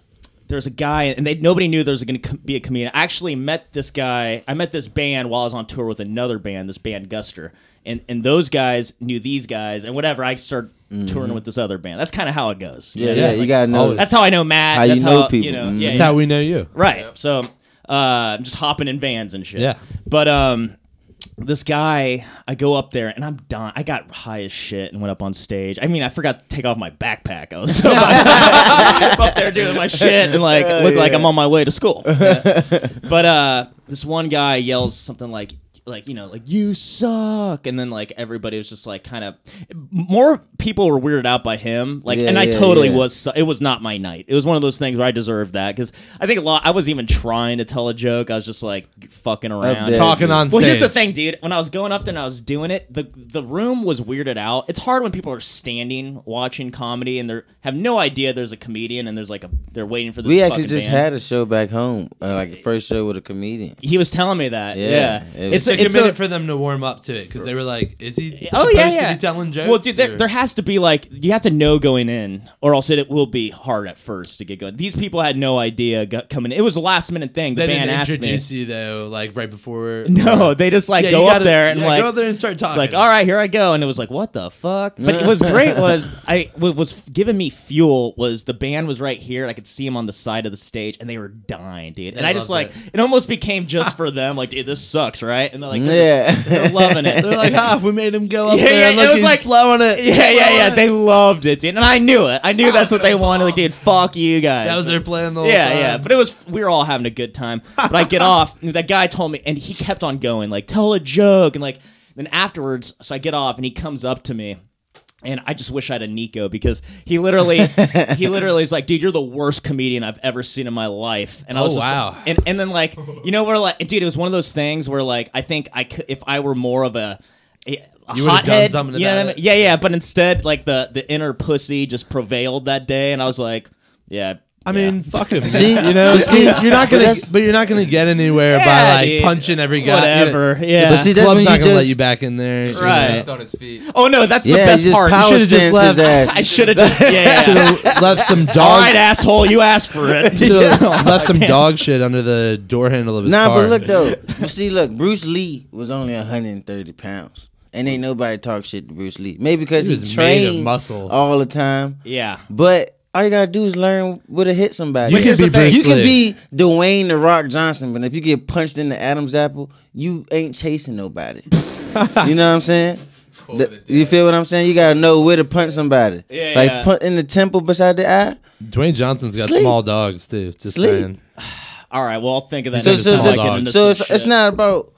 S2: there was a guy, and they, nobody knew there was going to co- be a comedian. I actually met this guy. I met this band while I was on tour with another band, this band Guster, and and those guys knew these guys, and whatever. I started touring with this other band. That's kind of how it goes.
S3: Mm-hmm. Yeah,
S1: Yeah,
S3: yeah, you
S1: like,
S3: gotta know.
S1: always.
S2: That's how I know Matt.
S3: How you
S2: that's
S3: know
S2: how, You
S3: people.
S2: know,
S3: Mhm.
S2: yeah,
S1: That's
S2: yeah.
S1: how we know you.
S2: Right.
S4: Yep.
S2: So uh, I'm just hopping in vans and shit.
S1: Yeah.
S2: But um, this guy, I go up there and I'm done. I got high as shit and went up on stage. I mean, I forgot to take off my backpack. I was so [laughs] I'm up there doing my shit and like look like I'm on my way to school. [laughs] But uh, this one guy yells something like. Like you know, like you suck, and then like everybody was just like kind of more people were weirded out by him. Like,
S3: Yeah,
S2: and I
S3: yeah,
S2: totally
S3: yeah.
S2: was was so- it was not my night. It was one of those things where I deserved that because I think a lot. I was even trying to tell a joke. I was just like fucking around.
S3: there.
S2: Talk-
S1: Talking on stage.
S2: Well, here's the thing, dude. When I was going up there and I was doing it, the the room was weirded out. It's hard when people are standing watching comedy and they are have no idea there's a comedian and there's like a they're waiting for this.
S3: we actually
S2: fucking
S3: just
S2: band.
S3: had a show back home, uh, like the first show with a comedian.
S2: [laughs] He was telling me that. Yeah,
S3: Yeah, it was-
S2: it's
S1: It took
S2: it's
S1: a minute for them to warm up to it because they were like, "Is he?
S2: Oh
S1: supposed
S2: yeah, yeah.
S1: To be telling jokes.
S2: Well, dude, there,
S1: or-
S2: [laughs] there has to be like you have to know going in, or else it, it will be hard at first to get going. These people had no idea go- coming. in. It was a last minute thing. The
S1: they
S2: band
S1: didn't
S2: asked me. [laughs]
S1: introduce you though, like right before.
S2: No, they just like
S1: Yeah,
S2: go
S1: you
S2: up
S1: gotta-
S2: there and
S1: yeah,
S2: like
S1: go up there and start
S2: It's
S1: talking.
S2: like, all right, here I go, and it was like, what the fuck? But what
S1: [laughs]
S2: was great was I what was giving me fuel was the band was right here. and I could see them on the side of the stage, and they were dying, dude. And
S1: They
S2: I just like
S1: loved
S2: it. almost
S1: [laughs]
S2: became just for them. Like, dude, this sucks, right? And they're like, they're, [laughs]
S3: Yeah.
S2: they're loving it.
S1: [laughs] They're like, ah, we made him go up
S2: Yeah,
S1: there.
S2: yeah,
S1: and
S2: it
S1: look,
S2: was
S1: he's [laughs]
S2: like-
S1: blowing it.
S2: Yeah, yeah, yeah. [laughs]
S1: Blowing it."
S2: They loved it, dude. And I knew it. I knew that's what they wanted. Like, dude, fuck you guys.
S1: that was their plan the whole
S2: yeah,
S1: time.
S2: yeah. But it was we were all having a good time. But
S1: [laughs]
S2: I get off. and That guy told me, and he kept on going, like tell a joke, and like then afterwards. So I get off, and he comes up to me, And I just wish I had a Nico because he
S1: [laughs]
S2: literally, he literally is like, dude, you're the worst comedian I've ever seen in my life. And I
S1: Oh,
S2: was just like-
S1: wow.
S2: and and then like, you know, we're like, dude, it was one of those things where like, I think I could, if I were more of a, a a
S1: You would've done
S2: hothead,
S1: something
S2: you know
S1: about
S2: what I
S1: it.
S2: mean? Yeah, yeah. But instead, like the the inner pussy just prevailed that day, and I was like, yeah.
S1: I
S2: yeah.
S1: mean, fuck [laughs] him.
S3: See?
S1: you
S2: [laughs]
S1: know,
S3: But see-
S1: see, you're not
S3: but
S1: gonna,
S3: that's-
S1: but you're not gonna get anywhere
S2: Yeah,
S1: by like
S2: dude.
S1: punching every guy.
S2: whatever.
S1: You know,
S2: yeah.
S3: But see, that's
S1: Club's
S3: when
S1: not
S3: you
S1: gonna let
S3: just
S1: you back in there. [laughs]
S2: Right.
S4: Just on his feet.
S2: oh no, that's the
S3: yeah,
S2: best
S3: you just
S2: part.
S3: power
S1: should've just
S3: stance his
S1: left.
S3: ass.
S2: I
S3: [laughs]
S2: should have just yeah. yeah.
S1: Should have left
S2: [laughs]
S1: some dog.
S2: All right, asshole, you asked for
S3: [laughs]
S2: it. [laughs]
S1: should've left some dog shit under the door handle of his
S3: Nah,
S1: car.
S3: but look though.
S1: [laughs]
S3: You see, look, Bruce Lee was only 130 pounds, and ain't nobody talk shit to Bruce Lee. Maybe because
S1: He
S3: he,
S1: was made of
S3: trained
S1: muscle.
S3: all the time.
S2: Yeah.
S3: But all you gotta do is learn where to hit somebody.
S1: You can
S2: here's
S1: be
S2: the thing.
S1: Bruce
S3: You can
S1: Lee.
S3: be Dwayne the Rock Johnson, but if you get punched in the Adam's apple, you ain't chasing
S1: [laughs]
S3: nobody. you know what I'm saying?
S4: Over
S3: The-
S4: the
S3: you feel what I'm saying? You gotta know where to punch somebody.
S2: Yeah,
S3: like
S2: yeah.
S3: punch in the temple beside the eye.
S1: Dwayne Johnson's got
S3: Sleep.
S1: small dogs too. Just
S3: Sleep.
S1: saying.
S2: All right, well, I'll think of that.
S3: So,
S2: next
S3: so,
S2: time
S1: all
S2: I
S3: so-
S2: get into
S3: so
S2: some
S3: it's, it's
S2: shit.
S3: not about.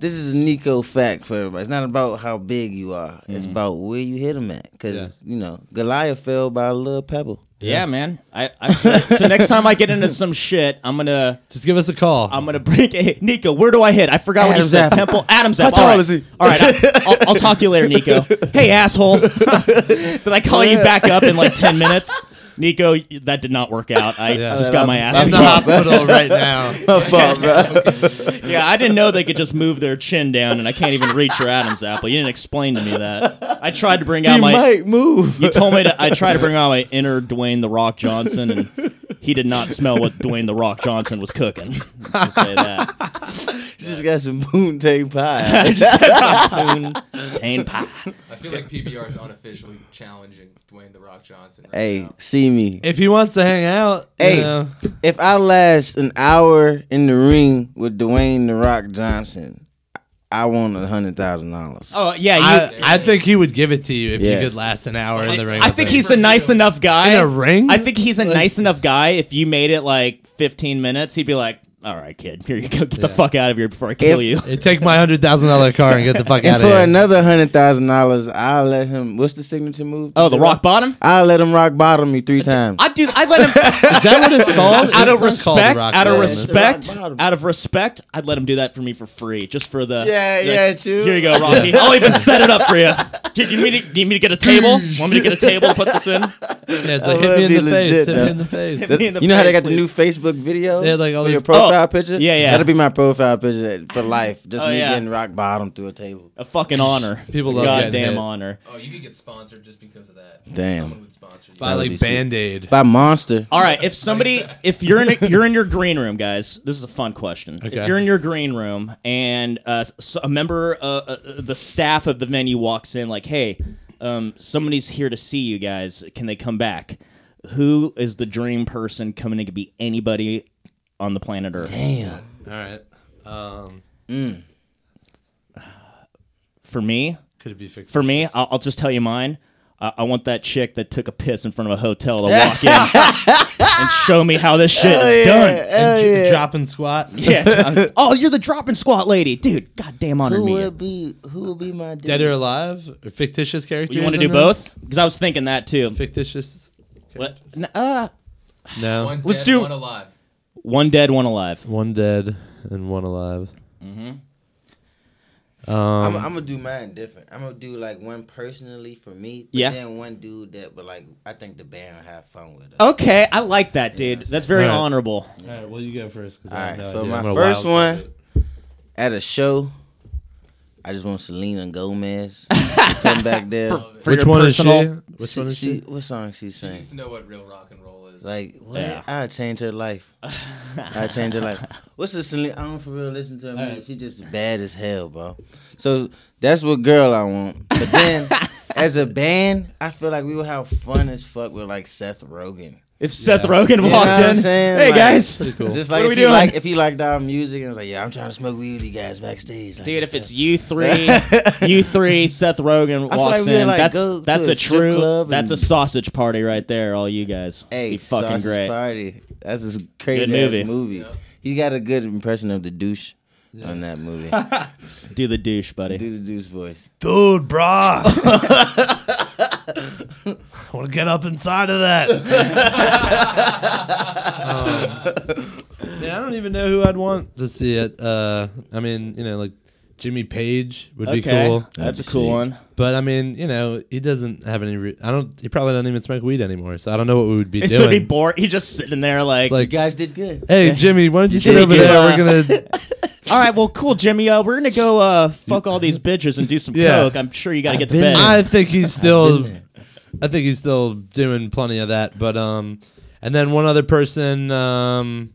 S3: This is a Nico fact for everybody. It's not about how big you are. It's
S2: Mm.
S3: about where you hit him at. Because
S1: Yeah.
S3: you know Goliath fell by a little pebble.
S2: Yeah, man. I, I so next time I get into some shit, I'm gonna
S1: Just give us a call.
S2: I'm gonna break it. Nico, where do I hit? I forgot what you
S3: Adam's
S2: said.
S3: apple.
S2: Temple Adam's
S3: How
S2: apple. All
S3: tall
S2: right.
S3: is he?
S2: All right,
S3: [laughs]
S2: I, I'll, I'll talk to you later, Nico. Hey, asshole. [laughs] did I
S3: Oh,
S2: call you back up in like ten minutes? Nico, that did not work out. I
S1: Yeah.
S2: just got my ass.
S1: I'm in the
S2: kicked. [laughs]
S1: hospital right now.
S3: [laughs] My fault, bro.
S2: Yeah, I didn't know they could just move their chin down, and I can't even reach your Adam's apple. You didn't explain to me that. I tried to bring out
S3: you
S2: my.
S3: might move.
S2: You told me to. I tried to bring out my inner Dwayne the Rock Johnson, and he did not smell what Dwayne the Rock Johnson was cooking. Let's just say that.
S3: just got some moontang pie.
S2: [laughs] I just had some spoon, tang pie.
S4: I feel like PBR is unofficially challenging Dwayne the Rock Johnson. Right
S3: hey,
S4: now.
S3: see me.
S1: If he wants to hang out, you
S3: Hey.
S1: know,
S3: If I last an hour in the ring with Dwayne the Rock Johnson, I want a hundred thousand dollars.
S2: Oh yeah, you,
S1: I,
S2: I,
S1: I think he would give it to you if
S3: Yeah.
S1: you could last an hour in the ring. with
S2: think
S1: him.
S2: he's a nice enough guy.
S1: in a ring.
S2: I think he's a nice enough guy. If you made it like 15 minutes, he'd be like, "All right, kid, here you go. Get the fuck out of here before I kill
S3: If-
S2: you."
S1: Hey, take my hundred thousand dollar car and get the fuck
S3: And
S1: out of
S3: for
S1: here.
S3: another hundred thousand dollars, I'll let him. What's the signature move?
S2: Oh, the rock bottom.
S3: I'll let him rock bottom
S2: [laughs]
S3: me three times.
S2: I do. I let him
S1: Is that what it's called?
S2: out of
S1: It's not called
S2: respect.
S1: rock
S2: Out of
S1: bottom.
S3: It's the rock
S2: respect.
S3: bottom.
S2: Out of respect. I'd let him do that for me for free, just for the.
S3: Yeah,
S2: the-
S3: yeah, true.
S2: Here you go, Rocky. I'll even set it up for you. Kid, you need me to, do you need me to get a table? Want me to get a table to put this in?
S1: Yeah, it's like hit
S3: That
S1: me
S3: would
S1: in
S3: be
S1: the
S3: legit,
S1: face. Hit
S3: though.
S1: me in the face.
S2: Hit me in the
S3: you know how they
S2: face,
S3: got the new Facebook video?
S1: Yeah, like all
S3: for
S1: these-
S3: your profile
S2: Oh,
S3: picture.
S2: yeah, yeah.
S3: That'll be my profile picture for life. Just
S2: Oh,
S3: me
S2: yeah.
S3: getting rock bottom through a table.
S2: A fucking honor.
S1: People
S2: A
S1: love getting
S2: goddamn
S1: hit.
S2: honor.
S4: Oh, you could get sponsored just because of that.
S3: Damn.
S4: Someone would sponsor you.
S1: Buy
S3: would be
S1: like
S3: sweet.
S1: band aid.
S3: By Monster.
S1: [laughs]
S2: All right, if somebody, if you're in, you're in your green room, guys. This is a fun question.
S1: Okay.
S2: If you're in your green room and uh, s- a member, uh, uh, the staff of the venue walks in, like, "Hey, um, somebody's here to see you guys. Can they come back?" Who is the dream person coming? It could be anybody on the planet Earth.
S3: Damn.
S1: All right. Um,
S2: For me,
S1: could it be fixed?
S2: for me, I'll, I'll just tell you mine. I, I want that chick that took a piss in front of a hotel to walk in and
S1: [laughs]
S2: show me how this shit is done.
S1: And j- drop and [laughs] squat.
S2: [laughs] Yeah. I'm- oh, you're the dropping squat lady, dude. Goddamn honor
S3: Who
S2: me.
S3: would be who would be my dude?
S1: Dead or alive? Or fictitious characters?
S2: you want to
S1: in
S2: do
S1: this?
S2: both? Because I was thinking that too.
S1: Fictitious.
S2: What? N- uh,
S1: No.
S4: One
S2: Let's
S4: dead,
S2: do-
S4: one alive.
S2: one dead, one alive.
S1: One dead and one alive.
S3: I'm, I'm gonna Um, do mine different. I'm gonna do like one personally for me, but
S2: Yeah.
S3: then one dude that, but like I think the band will have fun with. It.
S2: Okay, I like that, dude. That's very
S1: All right.
S2: honorable.
S1: All right. Well, you go first. All
S3: All
S1: right.
S3: right,
S1: No
S3: so
S1: idea.
S3: my
S1: I'm gonna
S3: first
S1: wild
S3: one
S1: card it.
S3: at a show, I just want Selena Gomez to come back there.
S2: For
S1: Which
S2: your
S1: one is
S2: personal-
S1: she? Which
S3: she,
S1: one is
S3: she,
S1: she?
S3: what song she
S4: She
S3: sing?
S4: needs to know what real rock and roll is.
S3: Like what?
S2: Yeah.
S3: I change her
S2: [laughs]
S3: life. I change her life. What's the Selena? I don't for real listen to her. Man. She just bad as hell, bro. So that's what girl I want. But
S2: [laughs]
S3: then as a band, I feel like we would have fun as fuck with like Seth Rogen.
S2: If Seth
S1: Yeah.
S2: Rogen walked
S3: You know what I'm
S2: in,
S3: saying?
S2: hey
S3: Like-
S2: guys,
S1: Pretty cool.
S3: Just like
S2: What are
S3: if
S2: we
S3: you
S2: doing?
S3: like if you liked our music and was like, yeah, I'm trying to smoke weed with you guys backstage.
S2: [laughs]
S3: Like,
S2: dude. If it's you three, you three, Seth Rogen
S3: I feel
S2: walks
S3: like we
S2: in.
S3: like
S2: that's
S3: go to
S2: that's
S3: a
S2: a
S3: strip
S2: true.
S3: club
S2: That's a
S3: and-
S2: sausage party right there. All you guys,
S3: hey,
S2: be fucking
S3: Sausage
S2: great.
S3: Party. That's a crazy
S2: Good movie.
S3: ass movie.
S4: Yeah.
S3: He got a good impression of the douche. on that [laughs] movie.
S2: Do the douche, buddy.
S3: Do the dude's voice.
S1: Dude, [laughs] brah. I want to get up inside of that. um, yeah, I don't even know who I'd want to see it. Uh, I mean, you know, like Jimmy Page would be
S2: okay,
S1: cool.
S2: that's a
S3: That'd be
S2: cool
S3: sick.
S2: one.
S1: But I mean, you know, he doesn't have any. Re- I don't. He probably doesn't even smoke weed anymore. So I don't know what we would be
S2: It should
S1: doing.
S2: be bored. He's just sitting there like,
S1: Like-
S3: You guys did good.
S2: [laughs]
S1: hey, Jimmy, why don't you sit
S2: Yeah,
S1: over
S2: yeah.
S1: there? We're
S2: [laughs]
S1: gonna.
S2: all right, well, cool, Jimmy. Uh, we're gonna go uh, fuck all these bitches and do some
S1: Yeah.
S2: coke. I'm sure you gotta get to
S3: been
S2: bed.
S1: I think he's still.
S3: Been there.
S1: I think he's still doing plenty of that. But um, and then one other person. Um,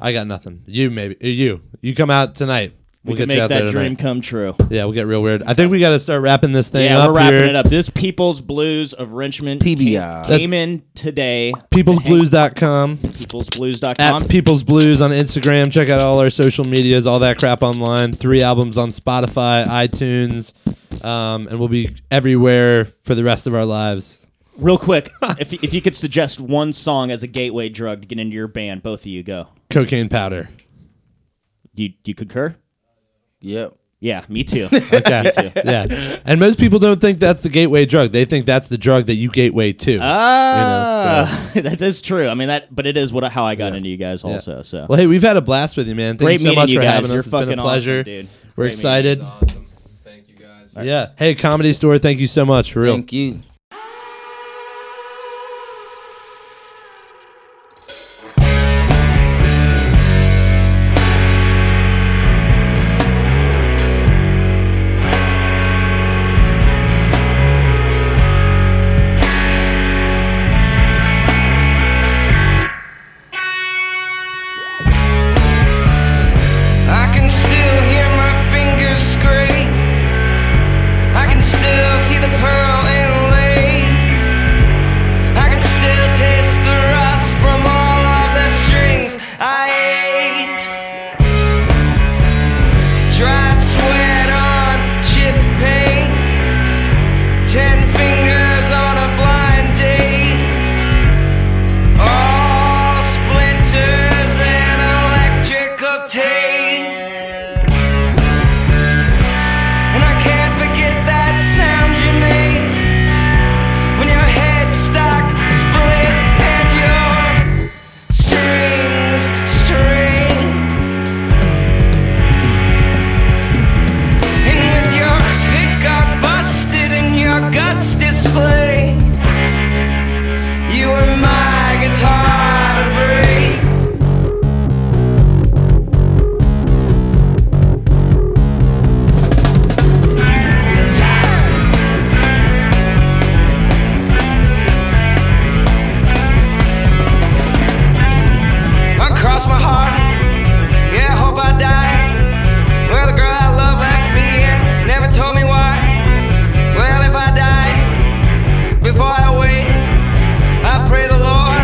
S1: I got nothing. You maybe uh, you you come out tonight.
S2: we
S1: We'll
S2: can
S1: get you
S2: make
S1: out
S2: that
S1: there
S2: dream
S1: tonight.
S2: come true.
S1: Yeah, we'll get real weird. I think we got to start wrapping this thing
S2: Yeah,
S1: up.
S2: we're wrapping
S1: here.
S2: it up. This People's Blues of Richmond
S3: PBR.
S2: came, came in today.
S1: Peoplesblues.com
S2: Peoplesblues.com.
S1: at People's Blues on Instagram. Check out all our social medias, all that crap online. Three albums on Spotify, iTunes, um, and we'll be everywhere for the rest of our lives.
S2: Real quick, if, if you could suggest one song as a gateway drug to get into your band, both of you go.
S1: Cocaine powder.
S2: You you concur?
S3: Yep.
S2: Yeah, me
S1: [laughs]
S2: too.
S1: Okay. yeah. And most people don't think that's the gateway drug. They think that's the drug that you gateway to.
S2: Uh. Ah, [laughs] that is true. I mean that, but it is what how I got into you guys
S1: Yeah.
S2: also. So
S1: Well, hey, we've had a blast with you, man. Thank
S2: Great
S1: you so
S2: meeting
S1: much
S2: you
S1: for
S2: guys.
S1: having
S2: You're
S1: us. It's been
S2: fucking
S1: a
S2: awesome,
S1: pleasure.
S2: dude.
S1: We're
S2: Great meeting you.
S1: excited.
S4: awesome. Thank you guys.
S1: Yeah. Hey, Comedy Store, thank you so much. For real.
S3: Thank you.
S5: I can still hear my fingers scrape. I can still see the pearl inlays. I can still taste the rust from all of the strings I ate. Dried sweat on chipped paint. Ten fingers on a blind date. All splinters and electrical tape. And I can't forget that sound you made when your head stock split and your strings strain. And with your pickup busted and your guts displayed. You were my guitar to break. I cross my heart. Yeah, I hope I die. Well, the girl I love left me and never told me why. Well, if I die before I wake, I pray the Lord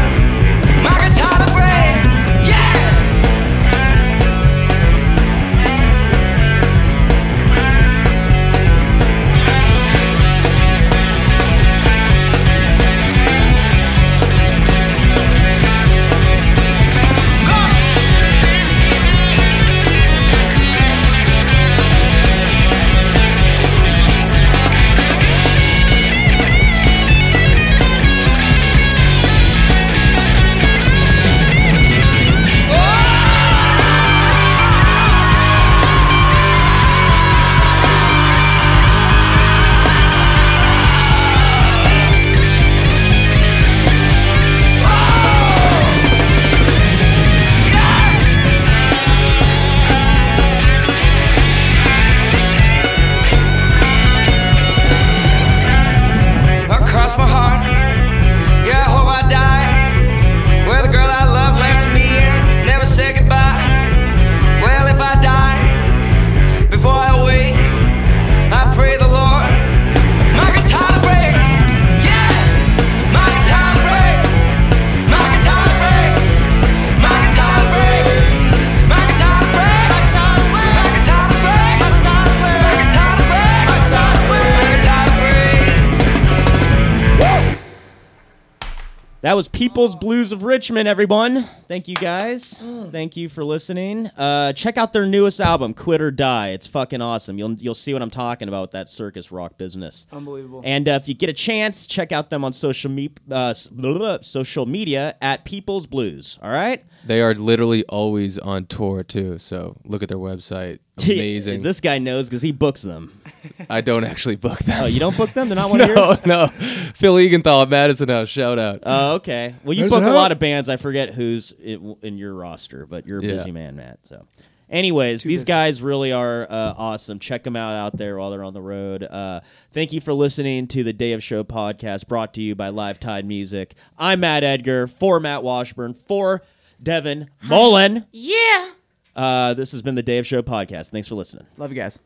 S2: That was People's Blues of Richmond, everyone. Thank you guys. Thank you for listening. Uh, check out their newest album, Quit or Die. It's fucking awesome. You'll you'll see what I'm talking about with that circus rock business.
S6: Unbelievable.
S2: And uh, if you get a chance, check out them on social me- uh, s- blah, blah, social media at People's Blues. All right. [laughs]
S1: They are literally always on tour too. So look at their
S2: [laughs]
S1: website. Amazing.
S2: this guy knows because he books them.
S1: I don't actually book them.
S2: Oh, you don't book them? They're not
S1: [laughs]
S2: one of
S1: no,
S2: yours.
S1: no. Phil Egenthal at Madison House. Shout out.
S2: [laughs] Oh, okay. Well, you
S7: There's
S2: book
S7: an
S2: a lot
S7: out.
S2: of bands. I forget who's in, in your roster, but you're a
S1: Yeah.
S2: busy man, Matt. So, anyways, these guys really are uh, awesome. Check them out out there while they're on the road. Uh, thank you for listening to the Day of Show podcast, brought to you by Live Tide Music. I'm Matt Edgar for Matt Washburn for Devin Mullen. Yeah. Uh, this has been the Day of Show podcast. Thanks for listening.
S6: Love you guys.